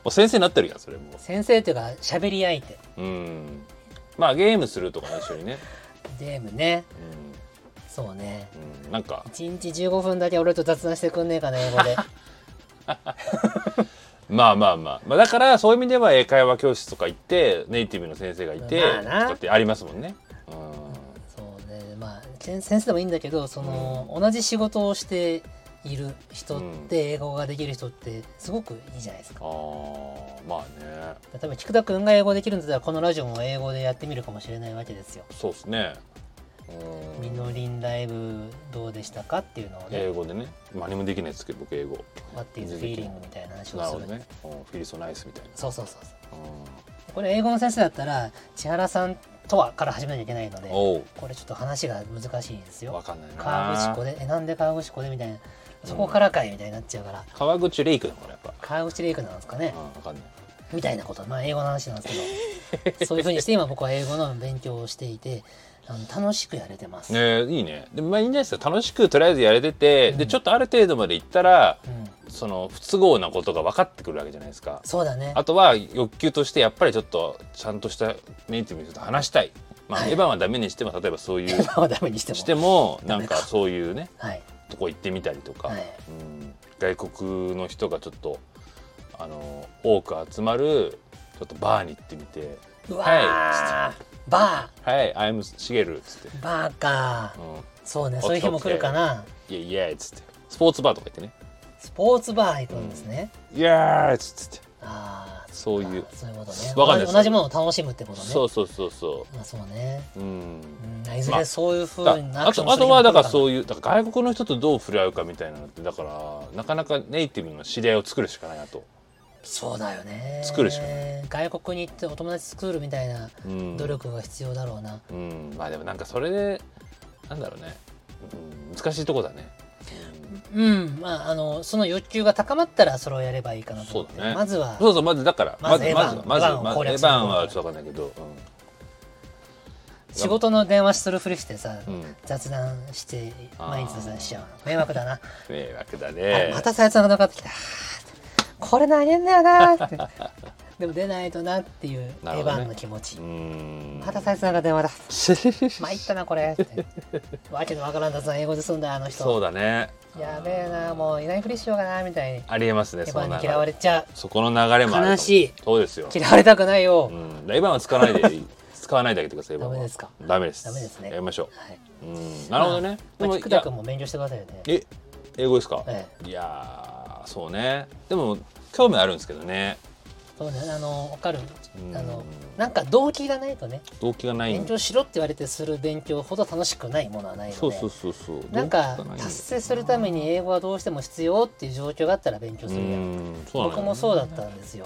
Speaker 2: う先生になってるやんそれも
Speaker 1: 先生というか喋り相手
Speaker 2: ううんまあゲームするとかね一緒にね
Speaker 1: ゲームねそうね
Speaker 2: うん、うん、なんか
Speaker 1: 1日15分だけ俺と雑談してくんねえかな英語
Speaker 2: *laughs*
Speaker 1: で
Speaker 2: まあまあまあ、まあ、だからそういう意味では英会話教室とか行ってネイティブの先生がいて
Speaker 1: まあ
Speaker 2: と
Speaker 1: な
Speaker 2: かってありますもんねうん
Speaker 1: そうねまあ先先生でもいいんだけどその、同じ仕事をしている人って英語ができる人ってすごくいいじゃないですか
Speaker 2: あーまあね
Speaker 1: 例えば菊田君が英語できるんだったらこのラジオも英語でやってみるかもしれないわけですよ
Speaker 2: そうですね
Speaker 1: 「
Speaker 2: う
Speaker 1: み
Speaker 2: ん
Speaker 1: のりんライブどうでしたか?」っていうのをね
Speaker 2: 英語でね何もできないですけど僕英語
Speaker 1: 「What is feeling」みたいな話
Speaker 2: なる
Speaker 1: を
Speaker 2: ほ
Speaker 1: す
Speaker 2: ど
Speaker 1: る
Speaker 2: ねうんフィリソナイスみたいな
Speaker 1: そうそうそうそう
Speaker 2: う
Speaker 1: これ英語の先生だったら千原さんとはから始めなきゃいけないので
Speaker 2: んお
Speaker 1: これちょっと話が難しいんです
Speaker 2: う
Speaker 1: よ
Speaker 2: わかんないな
Speaker 1: 川口湖でえなんで川口湖でみたいなそこからかいみたいになっちゃうから
Speaker 2: 川口レイクだからやっぱ
Speaker 1: 川口レイクなんですかね
Speaker 2: うんわかんない
Speaker 1: みたいなことまあ英語の話なんですけ
Speaker 2: *laughs*
Speaker 1: どそういうふうにして今僕は英語の勉強をしていてあの楽しくやれてます、
Speaker 2: ねえいいねでもまあいいんじゃないですか楽しくとりあえずやれてて、でちょっとある程度までいったら
Speaker 1: うん、
Speaker 2: その不都合なことが分かってくるわけじゃないですか
Speaker 1: そうだね
Speaker 2: あとは欲求としてやっぱりちょっとちゃんとしたネイティブの人と話したい、まあ、
Speaker 1: はい
Speaker 2: エヴァンはダメにしても例えばそう *laughs* いう
Speaker 1: 今はダメにしても
Speaker 2: しても
Speaker 1: ダ
Speaker 2: な
Speaker 1: メ
Speaker 2: ん
Speaker 1: か
Speaker 2: かそういうね
Speaker 1: はい
Speaker 2: とこ行ってみたりとか、
Speaker 1: はい
Speaker 2: うん、外国の人がちょっとあの多く集まるちょっとバーに行ってみて
Speaker 1: う
Speaker 2: 「
Speaker 1: わ
Speaker 2: は
Speaker 1: ーバ
Speaker 2: いはい I'm シゲル」っつって
Speaker 1: ーバーか
Speaker 2: 「うん、
Speaker 1: そうね
Speaker 2: 起き
Speaker 1: そういう日も来るかな
Speaker 2: イエイイエイ」っつってスポーツバーとか行ってね
Speaker 1: スポーツバー行くんですね、
Speaker 2: 「イエーイ」っつって
Speaker 1: ああ
Speaker 2: そういう
Speaker 1: そういうことね
Speaker 2: わかんない
Speaker 1: 同じ同じものを楽しむってことね
Speaker 2: そうそうそうそ
Speaker 1: まあそうね、
Speaker 2: ううん
Speaker 1: うん、いず
Speaker 2: まあ
Speaker 1: れそういうふ
Speaker 2: だ
Speaker 1: うになっ
Speaker 2: あ
Speaker 1: て
Speaker 2: とあとはだから
Speaker 1: う
Speaker 2: そういうだから外国の人とどう触れ合うかみたいなのってだからなかなかネイティブの知り合いを作るしかないなと
Speaker 1: そうだよね
Speaker 2: 作るしか
Speaker 1: 外国に行ってお友達作るみたいな
Speaker 2: うん
Speaker 1: 努力が必要だろうな、
Speaker 2: うんまあでもなんかそれでなんだろうね、うん、難しいとこだね、うん
Speaker 1: うん、まあ、あの、その欲求が高まったら、それをやればいいかなと思って。
Speaker 2: そうだね
Speaker 1: まずは、
Speaker 2: そうそうまずだから
Speaker 1: ま
Speaker 2: ま
Speaker 1: ず
Speaker 2: ず
Speaker 1: エヴ
Speaker 2: ま
Speaker 1: ァ
Speaker 2: ず
Speaker 1: ン
Speaker 2: まず
Speaker 1: エヴァンを
Speaker 2: ま
Speaker 1: 攻
Speaker 2: ずエ
Speaker 1: 略
Speaker 2: ヴ
Speaker 1: する
Speaker 2: ァンはちょっとわかんないけど、
Speaker 1: 仕事の電話するふりしてさ、
Speaker 2: うんうん、
Speaker 1: 雑談して、
Speaker 2: あー
Speaker 1: 毎日雑談しちゃうの。迷惑だな。
Speaker 2: 迷惑だ
Speaker 1: あ
Speaker 2: ね
Speaker 1: またさやつがなかってきた。あーこれ投げんだよなー
Speaker 2: *laughs*
Speaker 1: って。でも出ないとなっていう、エ
Speaker 2: なる
Speaker 1: ヴ
Speaker 2: ほどね
Speaker 1: ァンの気持ち
Speaker 2: う。ん
Speaker 1: またさやつが電話だ。参ったな、これ。ってわけのわからん雑談英語で済んだ、あの
Speaker 2: そ
Speaker 1: 人。
Speaker 2: うだね
Speaker 1: やべえな、もういないふりしようかな、みたいに。
Speaker 2: ありえますね
Speaker 1: エヴ
Speaker 2: その
Speaker 1: ァン
Speaker 2: 流
Speaker 1: に嫌わ
Speaker 2: れ
Speaker 1: れちゃう。
Speaker 2: そこの流れもあると
Speaker 1: 悲しい
Speaker 2: そうですよ、
Speaker 1: 嫌われたくないよ
Speaker 2: う。ん、エヴァンは使わないで *laughs* いい使わないであげてくださいエヴァン
Speaker 1: ダ
Speaker 2: は
Speaker 1: メですか
Speaker 2: ダメです
Speaker 1: ダメですね
Speaker 2: やりましょ
Speaker 1: はい。
Speaker 2: う、うん、なるほどね、
Speaker 1: まあ、
Speaker 2: でも
Speaker 1: 菊田君も勉強してくださいよね。
Speaker 2: いやえ英語ですか、
Speaker 1: ええ
Speaker 2: いやーそうねでも興味あるんですけどね
Speaker 1: そうね、あの、わかる。
Speaker 2: うん
Speaker 1: あの、なんか動機がないとね、
Speaker 2: 動機がない
Speaker 1: 勉強しろって言われてする勉強ほど楽しくないものはないので。
Speaker 2: そうそうそうそう
Speaker 1: なん
Speaker 2: 動
Speaker 1: か
Speaker 2: 機がない
Speaker 1: 達成するために英語はどうしても必要っていう状況があったら勉強
Speaker 2: う
Speaker 1: するやん、
Speaker 2: んそうなんだ
Speaker 1: 僕
Speaker 2: よね
Speaker 1: もそうだったんですよ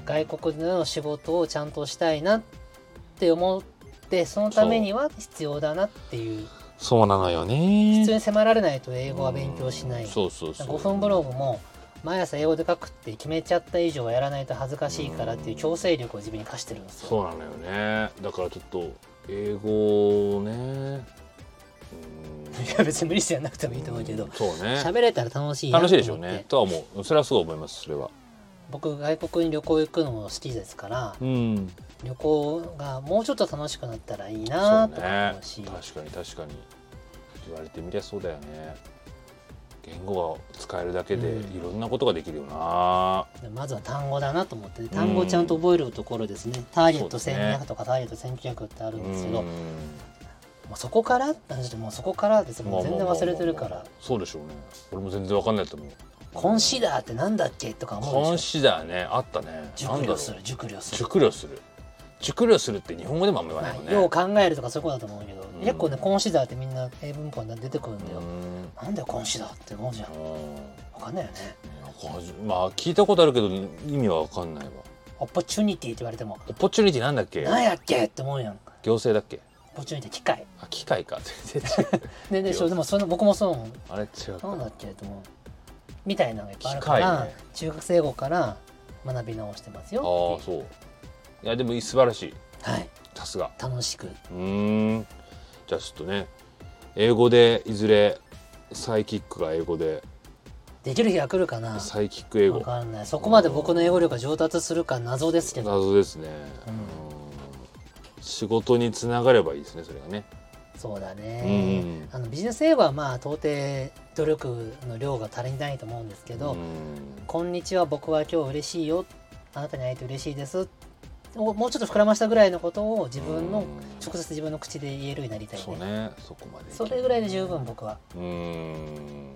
Speaker 2: うん
Speaker 1: 外国での仕事をちゃんとしたいなって思ってそのためには必要だなっていう
Speaker 2: そうなのよね
Speaker 1: 必要に迫られないと英語は勉強しない、
Speaker 2: うんそうそうそう
Speaker 1: 5分ブログも毎朝英語で書くって決めちゃった以上はやらないと恥ずかしいからっていう強制力を自分に課してるんですよ
Speaker 2: そうなのよねだからちょっと英語をね
Speaker 1: いや別に無理してやんなくてもいいと思うけど
Speaker 2: んそうね
Speaker 1: 喋れたら楽しいなと思っ
Speaker 2: 楽していでしょうねとは思うそれはすごい思いますそれは
Speaker 1: 僕外国に旅行行くのも好きですから
Speaker 2: うん
Speaker 1: 旅行がもうちょっと楽しくなったらいい
Speaker 2: そ
Speaker 1: な
Speaker 2: う
Speaker 1: とか
Speaker 2: ね
Speaker 1: 思うし
Speaker 2: 確かに確かに言われてみりゃそうだよね言語が使えるだけで
Speaker 1: うん
Speaker 2: いろんなことができるよな、
Speaker 1: まずは単語だなと思って単語をちゃんと覚えるところですねターゲット1200とかターゲット1900ってある
Speaker 2: うんん
Speaker 1: ですけどもうそこからって話でもうそこからですもう全然忘れてるから
Speaker 2: そうでしょうね俺も全然わかんないと思う
Speaker 1: 「コンシダーってなんだっけ?」とか思う
Speaker 2: コ
Speaker 1: で
Speaker 2: ン
Speaker 1: し
Speaker 2: シダーねあったね
Speaker 1: ょ熟慮す
Speaker 2: なんだろう
Speaker 1: る熟慮する
Speaker 2: 熟慮する熟慮するって日本語でもあんま言わ
Speaker 1: ま
Speaker 2: ない
Speaker 1: あ
Speaker 2: もんね、
Speaker 1: よう考えるとかそういうことだと思うけど
Speaker 2: ん
Speaker 1: 結構ね「コンシダーってみんな英文法に出てくるんだよ
Speaker 2: うん
Speaker 1: なんだよコンシダーって思うじゃんわかんないよね
Speaker 2: なんかはじまあ聞いたことあるけど意味は分かんないわ
Speaker 1: オポチュニティって言われても
Speaker 2: オポチュニティなんだっけ
Speaker 1: なんやっけって思うやん
Speaker 2: 行政だっけ
Speaker 1: オポチュニティ機械
Speaker 2: あ機械か
Speaker 1: *laughs*
Speaker 2: 全然違う
Speaker 1: ででしょでもその僕もそう思
Speaker 2: あれ違う
Speaker 1: うなんだ
Speaker 2: か
Speaker 1: っけと思うみたいなのがいっぱいあるから、
Speaker 2: 機械ね
Speaker 1: 中学生後から学び直してます
Speaker 2: ああ
Speaker 1: よ
Speaker 2: ー
Speaker 1: って
Speaker 2: そういやでも素晴らしい
Speaker 1: いうはい
Speaker 2: さすが
Speaker 1: 楽しく
Speaker 2: うーんじゃあちょっとね英語でいずれサイキックが英語で
Speaker 1: できる日が来るかな
Speaker 2: サイキック英
Speaker 1: わ
Speaker 2: 語
Speaker 1: かんないそこまで僕の英語力が上達するか謎ですけど
Speaker 2: 謎ですね、うん仕事につながればいいですねそれがね
Speaker 1: そうだねあのビジネス英語はまあ到底努力の量が足りないと思うんですけど「
Speaker 2: うん
Speaker 1: こんにちは僕は今日嬉しいよあなたに会えて嬉しいです」をもうちょっと膨らましたぐらいのことを自分の
Speaker 2: うん
Speaker 1: 直接自分の口で言えるようになりたいね
Speaker 2: そうねそこまで
Speaker 1: それぐらいで十分僕は
Speaker 2: うーん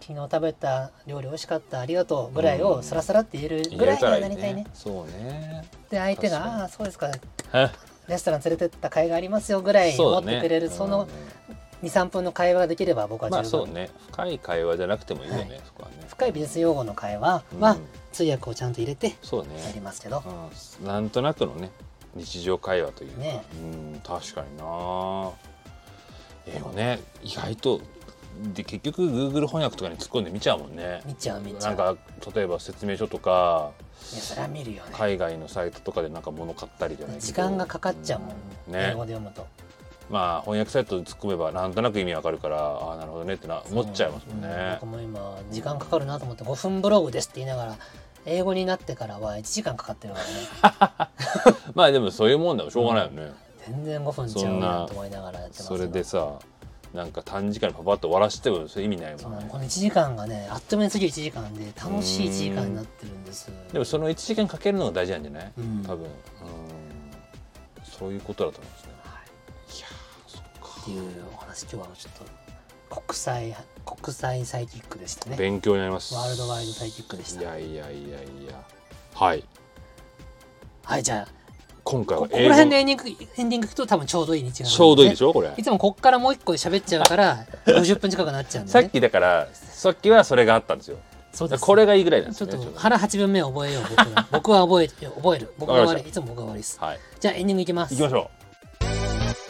Speaker 1: 昨日食べた料理美味しかったありがとうぐらいをさらさらって言えるぐらいにはなりたいね
Speaker 2: そう
Speaker 1: *laughs*
Speaker 2: ね
Speaker 1: で相手
Speaker 2: 確か
Speaker 1: が「
Speaker 2: に
Speaker 1: ああーそうですか
Speaker 2: は
Speaker 1: レストラン連れてった甲斐がありますよ」ぐらい思
Speaker 2: そ
Speaker 1: っ
Speaker 2: うだね
Speaker 1: てくれるそ,、の23分の会話ができれば僕
Speaker 2: う
Speaker 1: は
Speaker 2: んまあ
Speaker 1: 十
Speaker 2: そう
Speaker 1: 分、
Speaker 2: ね深い会話じゃなくてもいいよね、
Speaker 1: は
Speaker 2: そこはね
Speaker 1: 深いビジネス用語の会話
Speaker 2: うん
Speaker 1: は通訳をちゃんと入れて
Speaker 2: そう
Speaker 1: やり
Speaker 2: ね、
Speaker 1: ますけど、
Speaker 2: うん、なんとなくのね日常会話というか、
Speaker 1: ね
Speaker 2: うん確かにな英語ね意外とで結局 Google 翻訳とかに突っ込んで見ちゃうもんね
Speaker 1: 見ちゃう見ちゃ
Speaker 2: な
Speaker 1: うん
Speaker 2: か例えば説明書とか
Speaker 1: いやそれは見るよね
Speaker 2: 海外のサイトとかでなんか物買ったりじゃないけど
Speaker 1: 時間がかかっちゃうもん、
Speaker 2: うんね
Speaker 1: 英語で読むと
Speaker 2: まあ翻訳サイトで突っ込めばなんとなく意味わかるからああなるほどねってな思っちゃいますもん
Speaker 1: うん
Speaker 2: ね
Speaker 1: 僕。も今時間かかるなと思って5分ブログですって言いながら英語になってからは1時間かかってるからね
Speaker 2: まあでもそういうもんだもしょうがないよね。
Speaker 1: 全然5分ちゃうなと思いながらやってます
Speaker 2: それでさなんか短時間にパパッと終わらせてもそれ意味ない
Speaker 1: そ
Speaker 2: も
Speaker 1: うんなの
Speaker 2: ね
Speaker 1: こ。の1時間がねあっという間に過ぎる1時間で楽しい1時間になってるんです
Speaker 2: でもその1時間かけるのが大事なんじゃない
Speaker 1: うん
Speaker 2: 多分うんそういうことだと思うんですね。いやーそっか
Speaker 1: っていうお話今日はちょっと国際国際サイキックでしたね
Speaker 2: 勉強になります。
Speaker 1: ワールドワイドサイキックでし
Speaker 2: い
Speaker 1: た
Speaker 2: やいやいやいやはい
Speaker 1: はいじゃあ
Speaker 2: 今回
Speaker 1: こ
Speaker 2: は
Speaker 1: ここ
Speaker 2: 英
Speaker 1: ら
Speaker 2: 語
Speaker 1: 辺でエンディングエンディング聞くと多分ちょうどいい日が
Speaker 2: ちょうどいいでし
Speaker 1: ょ
Speaker 2: ょこれ
Speaker 1: い。つもこっからもう一個喋っちゃうから50分近くなっちゃうんで
Speaker 2: さ
Speaker 1: ね
Speaker 2: っきだからさっきはそれがあったんですよ。
Speaker 1: そうです
Speaker 2: これがいいぐらいなんで
Speaker 1: ち
Speaker 2: す
Speaker 1: ょっ
Speaker 2: ね
Speaker 1: と
Speaker 2: ちょっと
Speaker 1: 腹八分目覚えよう僕は僕は覚えて覚える僕が
Speaker 2: わか
Speaker 1: 悪
Speaker 2: りま
Speaker 1: い
Speaker 2: し
Speaker 1: いつも僕が悪いです
Speaker 2: はい
Speaker 1: じゃあエンディングいきます
Speaker 2: 行きましょ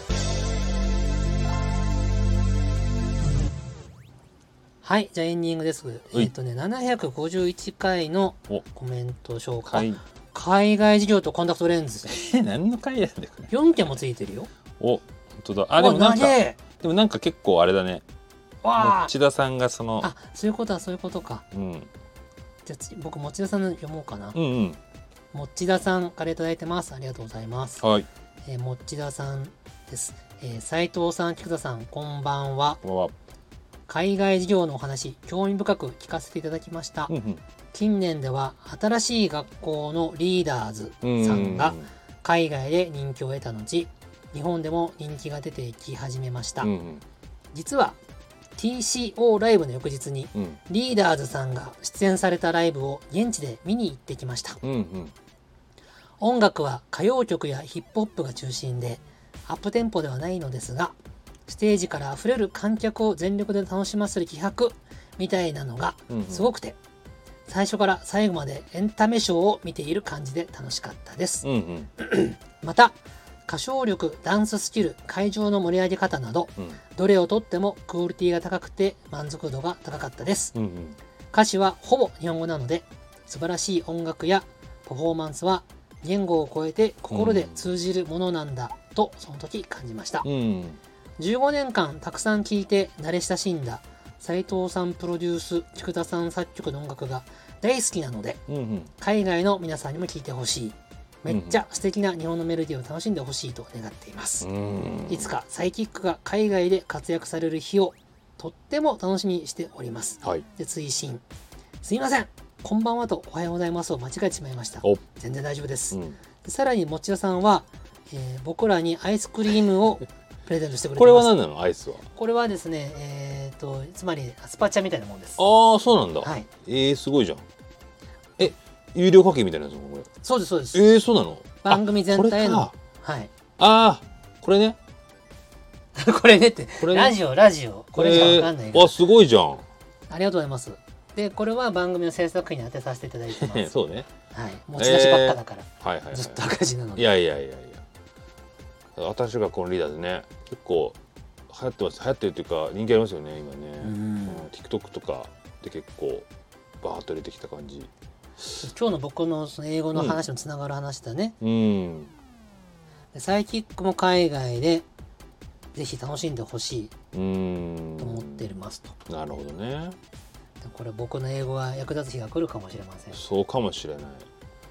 Speaker 1: はいじゃあエンディングですえ
Speaker 2: い
Speaker 1: っ、とね751回の
Speaker 2: お
Speaker 1: コメント紹
Speaker 2: う
Speaker 1: 介
Speaker 2: 会
Speaker 1: 海外事業とコンタクトレンズ
Speaker 2: 何の会なんだよこれ
Speaker 1: 4件もついてるよ
Speaker 2: お本当だあでもなんか
Speaker 1: うわ長
Speaker 2: で
Speaker 1: え
Speaker 2: もなんか結構あれだね
Speaker 1: わあ
Speaker 2: 千田さんがその
Speaker 1: あそういうことはそういうことか
Speaker 2: うん
Speaker 1: じゃあ次僕持田さんの読もうかな、
Speaker 2: うんうん
Speaker 1: 持田さんからいただいてますありがとうございます
Speaker 2: はい
Speaker 1: えー、持田さんです。えー、斉藤さん、菊田さん、こんばんは。
Speaker 2: こんばんは
Speaker 1: 海外事業のお話、興味深く聞かせていただきました。
Speaker 2: うん
Speaker 1: 近年では、新しい学校のリーダーズ
Speaker 2: うんうん
Speaker 1: さんが、海外で人気を得た後、日本でも人気が出てき始めました。
Speaker 2: うんうん
Speaker 1: 実は、TCO ライブの翌日に、
Speaker 2: うん
Speaker 1: リーダーズさんが出演されたライブを現地で見に行ってきました。
Speaker 2: うんうん
Speaker 1: 音楽は歌謡曲やヒップホップが中心でアップテンポではないのですがステージから溢れる観客を全力で楽しませる気迫みたいなのが
Speaker 2: うんうん
Speaker 1: すごくて、最初から最後までエンタメショーを見ている感じで楽しかったです、
Speaker 2: うんうん
Speaker 1: また歌唱力ダンススキル会場の盛り上げ方など
Speaker 2: うん
Speaker 1: どれをとってもクオリティが高くて満足度が高かったです
Speaker 2: うんうん
Speaker 1: 歌詞はほぼ日本語なので素晴らしい音楽やパフォーマンスは言語を超えて心で通じるものなんだとその時感じました
Speaker 2: うん
Speaker 1: 15年間たくさん聴いて慣れ親しんだ斉藤さんプロデュース菊田さん作曲の音楽が大好きなので
Speaker 2: うんうん
Speaker 1: 海外の皆さんにも聴いてほしいめっちゃ素敵な日本のメロディーを楽しんでほしいと願っています
Speaker 2: うん
Speaker 1: いつかサイキックが海外で活躍される日をとっても楽しみにしております
Speaker 2: はい
Speaker 1: で追伸すいませんこんばんはとおはようございますを間違えてしまいました
Speaker 2: お
Speaker 1: 全然大丈夫です、
Speaker 2: う
Speaker 1: で
Speaker 2: ん
Speaker 1: さらに持田さんは、えー僕らにアイスクリームをプレゼントしてくれてます
Speaker 2: これは何なのアイスは
Speaker 1: これはですねえっ、とつまりアスパチャみたいなもんですは
Speaker 2: ああそうなんだ、
Speaker 1: い
Speaker 2: えー、すごいじゃんえ有料課金みたいなやつもこれ
Speaker 1: そうですそうです
Speaker 2: えー、そうなの
Speaker 1: 番組全体への
Speaker 2: あこれか
Speaker 1: はい *laughs*
Speaker 2: あーこれね
Speaker 1: これねって
Speaker 2: これね
Speaker 1: ラジオラジオこれじゃわかんない
Speaker 2: え
Speaker 1: け
Speaker 2: ー、
Speaker 1: ど
Speaker 2: あ、すごいじゃん
Speaker 1: ありがとうございますでこれは番組の制作費に当てさせていただいてます
Speaker 2: *laughs* そうね
Speaker 1: はい持ち出しばっかだから、
Speaker 2: はいはい、はい、
Speaker 1: ずっと赤字なの
Speaker 2: い
Speaker 1: で
Speaker 2: やいやいやいや私がこのリーダーでね結構流行ってます流行ってるっていうか人気ありますよね今ね、
Speaker 1: う
Speaker 2: うんん、TikTok とかで結構バーッと入れてきた感じ
Speaker 1: 今日の僕のその英語の話につながる話だね、
Speaker 2: うん
Speaker 1: サイキックも海外でぜひ楽しんでほしい
Speaker 2: うん
Speaker 1: と思っていますと、
Speaker 2: なるほどね
Speaker 1: これ僕の英語が役立つ日が来るかもしれません
Speaker 2: そうかもしれないま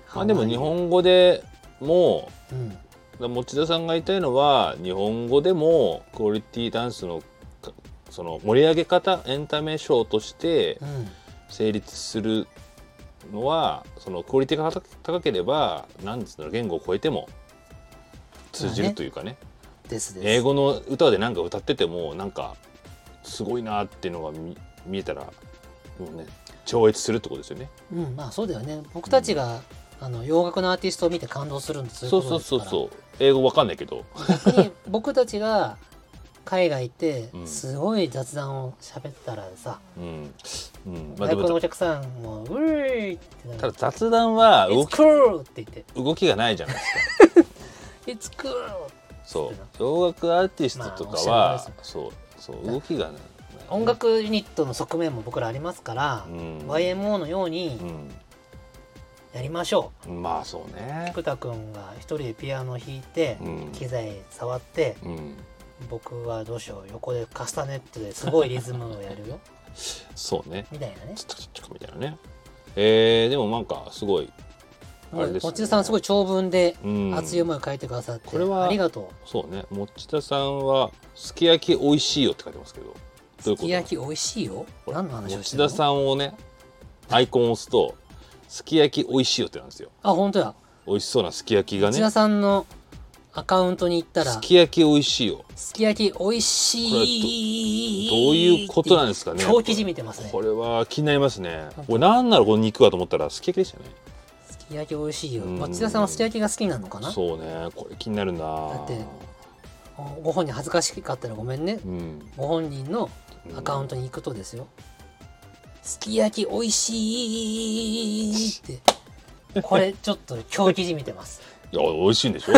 Speaker 1: ハワ
Speaker 2: あ
Speaker 1: イ
Speaker 2: でも日本語でも
Speaker 1: うん
Speaker 2: だから持田さんが言いたいのは日本語でもクオリティダンスのかその盛り上げ方エンタメショーとして
Speaker 1: うん
Speaker 2: 成立するのはそのクオリティが高高ければ何つうの言語を超えても通
Speaker 1: まあ
Speaker 2: じ
Speaker 1: ね
Speaker 2: るというかね
Speaker 1: ですです
Speaker 2: 英語の歌で何か歌っててもなんかすごいなっていうのが見見えたら、もうね、超越するってことですよね。
Speaker 1: うんまあそうだよね僕たちが、あの洋楽のアーティストを見て感動するんです
Speaker 2: そうそうそうそう英語わかんないけど
Speaker 1: う逆に僕たちが海外行って
Speaker 2: うん
Speaker 1: すごい雑談を喋ったらさ、
Speaker 2: うん、うん、ま
Speaker 1: 外
Speaker 2: あで
Speaker 1: 国の
Speaker 2: も
Speaker 1: お客さんも「ウェイ!」ってな
Speaker 2: ただ
Speaker 1: る
Speaker 2: 雑談は
Speaker 1: 「
Speaker 2: 動
Speaker 1: It's
Speaker 2: き
Speaker 1: cool!」って言って
Speaker 2: 動きがないじゃないですか。
Speaker 1: 「It's cool!」
Speaker 2: そう洋楽アーティストとか
Speaker 1: まあおっ
Speaker 2: は、
Speaker 1: しゃる通り
Speaker 2: そうそう動きがない。
Speaker 1: 音楽ユニットの側面も僕らありますから
Speaker 2: う、ん、
Speaker 1: YMO のようにやりましょ
Speaker 2: うん、まあそう
Speaker 1: う
Speaker 2: ね。
Speaker 1: 菊田君が一人でピアノ弾いて、
Speaker 2: うん
Speaker 1: 機材触って
Speaker 2: うん、
Speaker 1: 僕はどうしよう横でカスタネットですごいリズムをやるよ *laughs*
Speaker 2: そうね。
Speaker 1: みたいなね
Speaker 2: ちょっとちょっとみたいなね。えー、でもなんかすごいあれですね
Speaker 1: 持田さんすごい長文で
Speaker 2: うん
Speaker 1: 熱い思いを書いてくださって、
Speaker 2: これは
Speaker 1: ありがと
Speaker 2: そうね。持田さんはすき焼き美味しいよって書いてますけど。どうい
Speaker 1: う
Speaker 2: うこ
Speaker 1: す
Speaker 2: と
Speaker 1: き焼き美味しいよ
Speaker 2: ほら
Speaker 1: 何の話をしてる
Speaker 2: 持
Speaker 1: の
Speaker 2: 田さんをねアイコンを押すとすき焼き美味しいよってなんですよ。
Speaker 1: あ本当や
Speaker 2: 美味しそうなすき焼きが
Speaker 1: 持
Speaker 2: ね。
Speaker 1: 田さんのアカウントに行ったら
Speaker 2: すき焼き美味しいよ。
Speaker 1: すき焼き美味しい
Speaker 2: どういうことなんですかね。
Speaker 1: 表記じみてますね
Speaker 2: これは気になりますね。これ何ならこの肉かと思ったらすき焼きでしたね。
Speaker 1: すき焼き美味しいよ
Speaker 2: うん
Speaker 1: 町田さんはすき焼きが好きなのかな
Speaker 2: そうね、これ気になるな。だ
Speaker 1: ってご本人恥ずかしかったらごめんね
Speaker 2: うん、
Speaker 1: ご本人のアカウント
Speaker 2: ト。
Speaker 1: に行くとですよすき焼き美味しいってこれちょっと狂気じみてます
Speaker 2: いや美味しいん
Speaker 1: *laughs*
Speaker 2: でしょ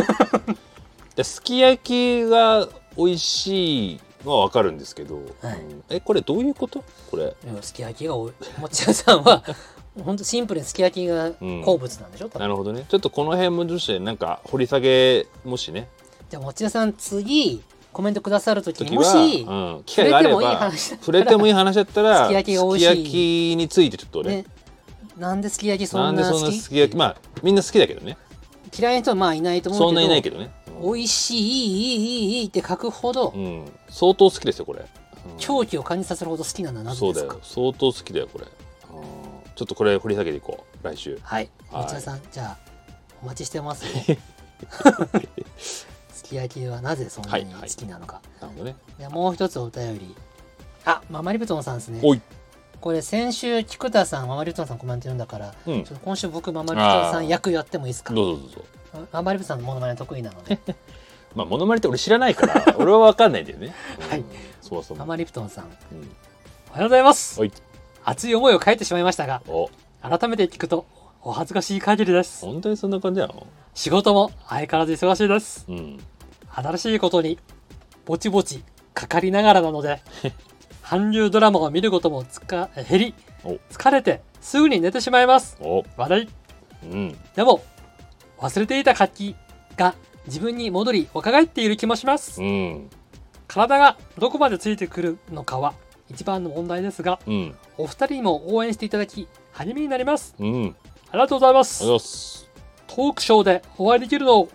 Speaker 2: ですき焼きが美味しいのは分かるんですけど、
Speaker 1: はい
Speaker 2: うんえこれどういうことこれ
Speaker 1: うんすき焼きがおいもちろんさんは本当シンプルにすき焼きが好物なんでしょ、多分
Speaker 2: なるほどねちょっとこの辺もどうしてなんか掘り下げもしね
Speaker 1: じゃあ持田さん次コメントくださるときに
Speaker 2: 時
Speaker 1: も
Speaker 2: は、
Speaker 1: し、
Speaker 2: うん、機会があれば
Speaker 1: 触
Speaker 2: 触
Speaker 1: れ
Speaker 2: れ
Speaker 1: て
Speaker 2: て
Speaker 1: も
Speaker 2: も
Speaker 1: い
Speaker 2: い
Speaker 1: い
Speaker 2: い話だったら
Speaker 1: すき焼きが美味しい
Speaker 2: すき焼きについてちょっとね
Speaker 1: ねなんですき焼きそ
Speaker 2: なんん
Speaker 1: な
Speaker 2: で
Speaker 1: 好
Speaker 2: そ
Speaker 1: き
Speaker 2: んなすき焼きまあみんな好きだけどね
Speaker 1: 嫌いな人はまあいないと思うけど
Speaker 2: そんないないけどね、うん
Speaker 1: 美味しいいいいいいいいって書くほど、
Speaker 2: うん、相当好きですよこれ、うん
Speaker 1: 狂気を感じさせるほど好きなんだなぜ
Speaker 2: そう
Speaker 1: です
Speaker 2: だ
Speaker 1: か
Speaker 2: よ相当好きだよこれ、うんちょっとこれ掘り下げていこう来週
Speaker 1: はい
Speaker 2: はい
Speaker 1: 持田さん、じゃあお待ちして
Speaker 2: *laughs*
Speaker 1: ますねすき焼きはなぜそんなに好きなのか、
Speaker 2: なるほどね
Speaker 1: でもう一つお便りあママリブトンさんですね
Speaker 2: おい、
Speaker 1: これ先週菊田さんママリブトンさんコメント読んだから
Speaker 2: うん、
Speaker 1: ち
Speaker 2: ど
Speaker 1: ょっと今週僕ママリブトンさ
Speaker 2: あ
Speaker 1: ん
Speaker 2: ー
Speaker 1: 役やってもいいですか
Speaker 2: うぞどうぞ
Speaker 1: ママリブトンさんのモノマネ得意なので
Speaker 2: まあモノマネって俺知らないから
Speaker 1: *laughs*
Speaker 2: 俺は分かんないんだよね、うん
Speaker 1: はい
Speaker 2: そもそ
Speaker 1: マ
Speaker 2: も、
Speaker 1: マリプトンさん
Speaker 2: うん、
Speaker 1: おはようございます
Speaker 2: おい
Speaker 1: 熱い思いを書いてしまいましたが
Speaker 2: お
Speaker 1: 改めて聞くとお恥ずかしい限りです
Speaker 2: 本当にそんな感じなの
Speaker 1: 仕事も相変わらず忙しいです
Speaker 2: うん
Speaker 1: 新しいことにぼちぼちかかりながらなので韓流ドラマを見ることもつか減り
Speaker 2: お
Speaker 1: 疲れてすぐに寝てしまいます
Speaker 2: お
Speaker 1: 話題
Speaker 2: うん
Speaker 1: でも忘れていた活気が自分に戻り若返っている気もします
Speaker 2: うん
Speaker 1: 体がどこまでついてくるのかは一番の問題ですが
Speaker 2: うん
Speaker 1: お二人にも応援していただき励みになります
Speaker 2: うん
Speaker 1: ありがとうございま
Speaker 2: あ
Speaker 1: す
Speaker 2: りがとうございます
Speaker 1: トークショーでお会いできるのを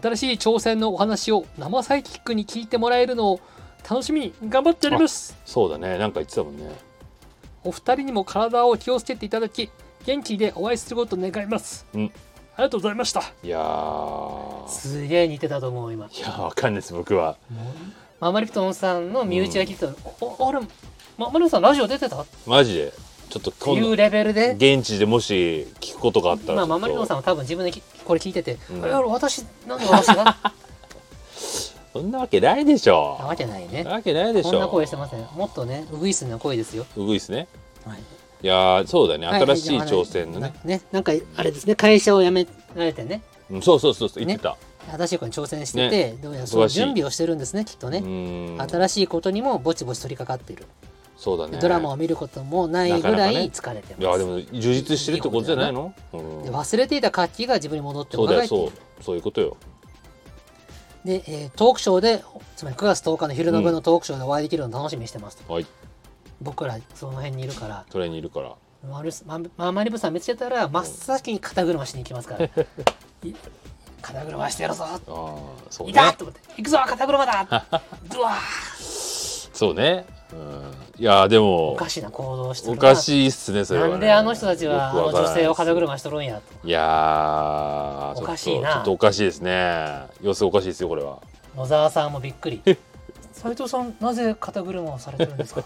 Speaker 1: 新しい挑戦のお話を生サイキックに聞いてもらえるのを楽しみに頑張ってやります
Speaker 2: そうだねなんか言ってたもんね
Speaker 1: お二人にも体を気をつけていただき元気でお会いすることを願います、
Speaker 2: うん
Speaker 1: ありがとうございました
Speaker 2: いやー
Speaker 1: すげえ似てたと思う今
Speaker 2: いや分かんないです僕は
Speaker 1: ママリプトンさんの身内が聞いてたら、おおあれママリプトンさんラジオ出てたっ
Speaker 2: マジでちょっと
Speaker 1: て
Speaker 2: 今
Speaker 1: いう
Speaker 2: 度
Speaker 1: レベルで
Speaker 2: 現地でもし聞くことがあったら
Speaker 1: まあ、ママリノ
Speaker 2: ちょ
Speaker 1: さん
Speaker 2: っ
Speaker 1: は多分自分できこれ聞いてて、
Speaker 2: うん
Speaker 1: あれ私なんで私が
Speaker 2: とそんなわけないでしょ
Speaker 1: なわけないね *laughs*
Speaker 2: なわけないでしょ
Speaker 1: こんな声してませんもっとねウグイスの声ですよ、
Speaker 2: うぐいっすね
Speaker 1: はい、
Speaker 2: いやーそうだね新しい挑戦のね、
Speaker 1: ねなんかあれですね会社を辞められてね
Speaker 2: うんそうそうそうそう言ってた、
Speaker 1: 新しいことに挑戦してて、どうやらその
Speaker 2: 忙しい
Speaker 1: 準備をしてるんですねきっと
Speaker 2: う
Speaker 1: ね、
Speaker 2: ーん
Speaker 1: 新しいことにもぼちぼち取り掛かっている、
Speaker 2: そうだね
Speaker 1: ドラマを見ることもないぐ
Speaker 2: なからなか
Speaker 1: い
Speaker 2: ね
Speaker 1: 疲れてます
Speaker 2: いやでも充実してるってことじゃないのうん
Speaker 1: で忘れていた活気が自分に戻って
Speaker 2: そう
Speaker 1: 伺
Speaker 2: だよ
Speaker 1: えている
Speaker 2: そうそういうことよ
Speaker 1: で、えートークショーでつまり9月10日の昼の部のトークショーでお会いできるのを楽しみにしてますと、
Speaker 2: はい
Speaker 1: 僕らその辺にいるから
Speaker 2: トレーニーいるから
Speaker 1: マルスマママリブさん見つけたら真っ先に肩車しに行きます
Speaker 2: *laughs*
Speaker 1: から、い肩車してやるぞ
Speaker 2: ああそう
Speaker 1: い
Speaker 2: ね
Speaker 1: たと思って行くぞ肩車
Speaker 2: *laughs*
Speaker 1: だドワー
Speaker 2: そうね、うん、いやーでも
Speaker 1: おかしな行動をしてる
Speaker 2: お
Speaker 1: な
Speaker 2: かしいっすねそれは、ね、
Speaker 1: なんであの人たちはあ
Speaker 2: よ
Speaker 1: の
Speaker 2: くわから
Speaker 1: 女
Speaker 2: ない
Speaker 1: 性を肩車しとるんやと
Speaker 2: いやーちょっと
Speaker 1: おかしいな
Speaker 2: ちょっとおかしいですね様子おかしいですよこれは
Speaker 1: 野沢さんもびっくり斉藤さんなぜ肩車をされてるんです
Speaker 2: *laughs*
Speaker 1: か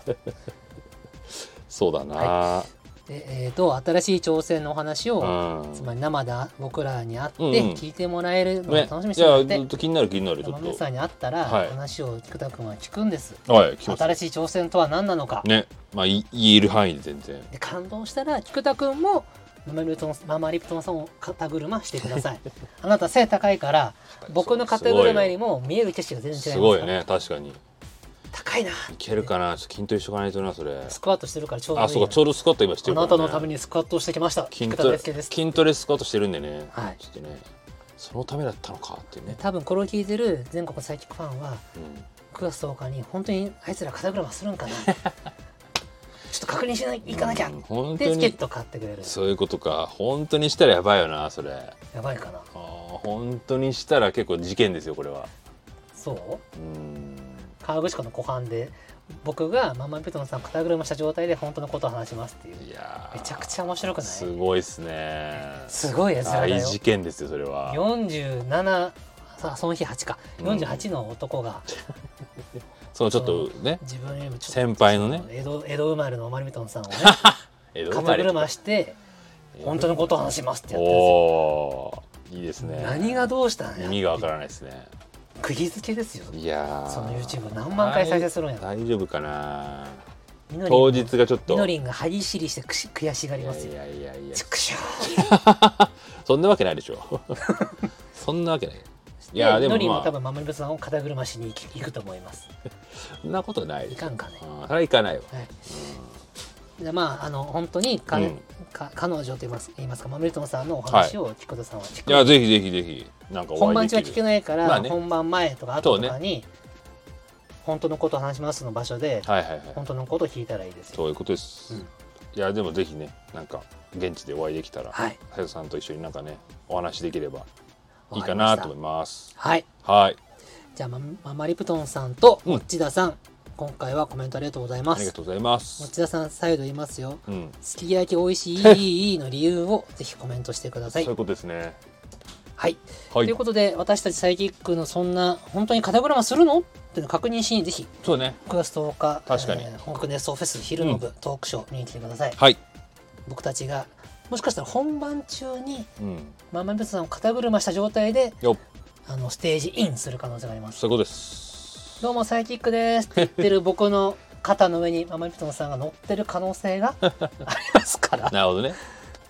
Speaker 2: そうだな、
Speaker 1: でえー、と新しい挑戦のお話を、
Speaker 2: うん
Speaker 1: つまり生で僕らに会って
Speaker 2: うんうん
Speaker 1: 聞いてもらえるのを
Speaker 2: ね
Speaker 1: 楽しみにし
Speaker 2: い
Speaker 1: てもら
Speaker 2: や
Speaker 1: って、
Speaker 2: ずっと気になる気になるちょ
Speaker 1: 山
Speaker 2: っ
Speaker 1: 本さ
Speaker 2: と
Speaker 1: んに会ったら
Speaker 2: はい
Speaker 1: 話を菊田君は聞くんです、
Speaker 2: はい聞きます
Speaker 1: 新しい挑戦とは何なのか、
Speaker 2: ねまあい言える範囲で全然
Speaker 1: で感動したら菊田君もママリプトンママリプトンさんを肩車してくだ
Speaker 2: *laughs*
Speaker 1: さいあなた背高いから僕の肩車よりも見える景色が全然違
Speaker 2: す
Speaker 1: いま
Speaker 2: ご
Speaker 1: す
Speaker 2: い
Speaker 1: か
Speaker 2: よ
Speaker 1: ら
Speaker 2: ね確かにい
Speaker 1: 高いな
Speaker 2: けるかなちょっと筋トレしとかないとなそれ
Speaker 1: スクワットしてるからちょうどいい
Speaker 2: あそうかちょうどスクワット今して
Speaker 1: あ
Speaker 2: るか
Speaker 1: な
Speaker 2: ら、ね、
Speaker 1: たのためにスクワットをしてきました
Speaker 2: 筋
Speaker 1: 菊田
Speaker 2: トレ
Speaker 1: 哲けです
Speaker 2: 筋トレスクワットしてるんでね、
Speaker 1: はい
Speaker 2: ちょっとねそのためだったのかっていうね、
Speaker 1: 多分これを聞いてる全国のサイキックファンは
Speaker 2: うん
Speaker 1: 9月10日に本当にあいつら肩車するんか
Speaker 2: *laughs*
Speaker 1: なちょっと確認しない行かなきゃ、
Speaker 2: うん本当
Speaker 1: でチケッ
Speaker 2: に
Speaker 1: ト買ってくれる
Speaker 2: そういうことか本当にしたらやばいよなそれあ
Speaker 1: やばいかな
Speaker 2: ー本当にしたら結構事件ですよこれは
Speaker 1: そう
Speaker 2: うん
Speaker 1: 河口湖の湖畔で僕がママペトンさんを肩車した状態で本当のことを話しますっていう
Speaker 2: いやー
Speaker 1: めちゃくちゃ面白くない
Speaker 2: すごいっすね
Speaker 1: すごいやつらだ
Speaker 2: 大
Speaker 1: よ
Speaker 2: 事件ですよそれは
Speaker 1: 47さあその日8か
Speaker 2: うん
Speaker 1: 48の男が
Speaker 2: そのちょっとね
Speaker 1: 自分よりもちょっと
Speaker 2: 先輩のね
Speaker 1: 江戸江戸生まれのママペトンさ
Speaker 2: *laughs*
Speaker 1: んをね
Speaker 2: 江戸生ま
Speaker 1: 肩
Speaker 2: れ
Speaker 1: 車して本当のことを話しますってやってるんですよ
Speaker 2: おーいいですね
Speaker 1: 何がどうしたんや
Speaker 2: 耳がわからないですね
Speaker 1: 釘付けですよ
Speaker 2: いやー
Speaker 1: その YouTube 何万回再生するんやろ
Speaker 2: 大丈夫かな
Speaker 1: みのりん
Speaker 2: 当日がちょっと
Speaker 1: みのりんが歯ぎしりしてくし悔しがりますよ
Speaker 2: いやいやいやいや
Speaker 1: ちくしょ
Speaker 2: そんなわけないでしょ *laughs* そんなわけないういやで
Speaker 1: み
Speaker 2: も
Speaker 1: のりん
Speaker 2: ま
Speaker 1: も
Speaker 2: あ
Speaker 1: 多分守さんを肩車しに行き行くと思います
Speaker 2: そんなことない
Speaker 1: い
Speaker 2: でし
Speaker 1: か
Speaker 2: ょ
Speaker 1: んかね
Speaker 2: うんそれはいかないわ
Speaker 1: はいじゃあまああの本当にか、
Speaker 2: うん
Speaker 1: か彼女と言います言いますか、まあ、ミルトンさんのお話を菊田さんは聞
Speaker 2: い
Speaker 1: く、
Speaker 2: やぜひぜひぜひなんかお
Speaker 1: 本
Speaker 2: 会
Speaker 1: 番
Speaker 2: い
Speaker 1: 中は
Speaker 2: で
Speaker 1: 聞
Speaker 2: き
Speaker 1: け
Speaker 2: る
Speaker 1: ないから、
Speaker 2: まあね
Speaker 1: 本番前とか後とかに、本当のことを話しますの場所で
Speaker 2: はいはいはい
Speaker 1: 本当のことを聞いたらいいですよ
Speaker 2: そういうことです、
Speaker 1: うん
Speaker 2: いやでもぜひねなんか現地でお会いできたら
Speaker 1: はい
Speaker 2: 早瀬さんと一緒になんかねお話できればいい
Speaker 1: わ
Speaker 2: か
Speaker 1: り
Speaker 2: な
Speaker 1: ました
Speaker 2: と思います
Speaker 1: はい
Speaker 2: はい
Speaker 1: じゃあ、まママリプトンさんと
Speaker 2: うん
Speaker 1: モッチダさん、今回はコメントありがとうございま
Speaker 2: あり
Speaker 1: す
Speaker 2: がとうございま
Speaker 1: モッ
Speaker 2: す
Speaker 1: チダさん再度言いますよ
Speaker 2: うん
Speaker 1: すき焼き美味しいいいいいの理由をぜひコメントしてくださ
Speaker 2: そう
Speaker 1: い
Speaker 2: いうことですね
Speaker 1: はい
Speaker 2: は
Speaker 1: という
Speaker 2: い
Speaker 1: ことで私たちサイキックのそんな本当に肩車するのっていうのを確認しにぜひ
Speaker 2: そうね
Speaker 1: 9月10日
Speaker 2: 確かに
Speaker 1: えー本格熱奏フェス昼の部、トークショー見に来てください
Speaker 2: はい
Speaker 1: 僕たちがもしかしたら本番中に
Speaker 2: うん
Speaker 1: マンマンベストさんを肩車した状態で
Speaker 2: よっ
Speaker 1: あのステージインする可能性があります
Speaker 2: そういうことです
Speaker 1: どうもサイキックですって言ってる僕の肩の上にママリプトンさんが乗ってる可能性があります
Speaker 2: *laughs*
Speaker 1: から
Speaker 2: なるほどね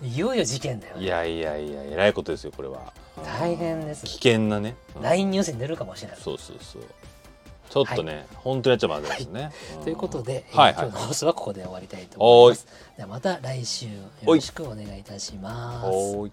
Speaker 1: いよいよ事件だよ
Speaker 2: い
Speaker 1: ね
Speaker 2: やいやいやえらいことですよこれは
Speaker 1: 大変です
Speaker 2: 危険なねうん
Speaker 1: LINE ニュースに出るかもしれない
Speaker 2: そうそうそうちょっとね、本当にやっちゃまずいですね、ん
Speaker 1: ということで、えー
Speaker 2: はいは
Speaker 1: 今
Speaker 2: い
Speaker 1: 日の放送はここで終わりたいと思います。ではまた来週よ
Speaker 2: お
Speaker 1: ろ
Speaker 2: い
Speaker 1: しくお願いいたします。
Speaker 2: はーい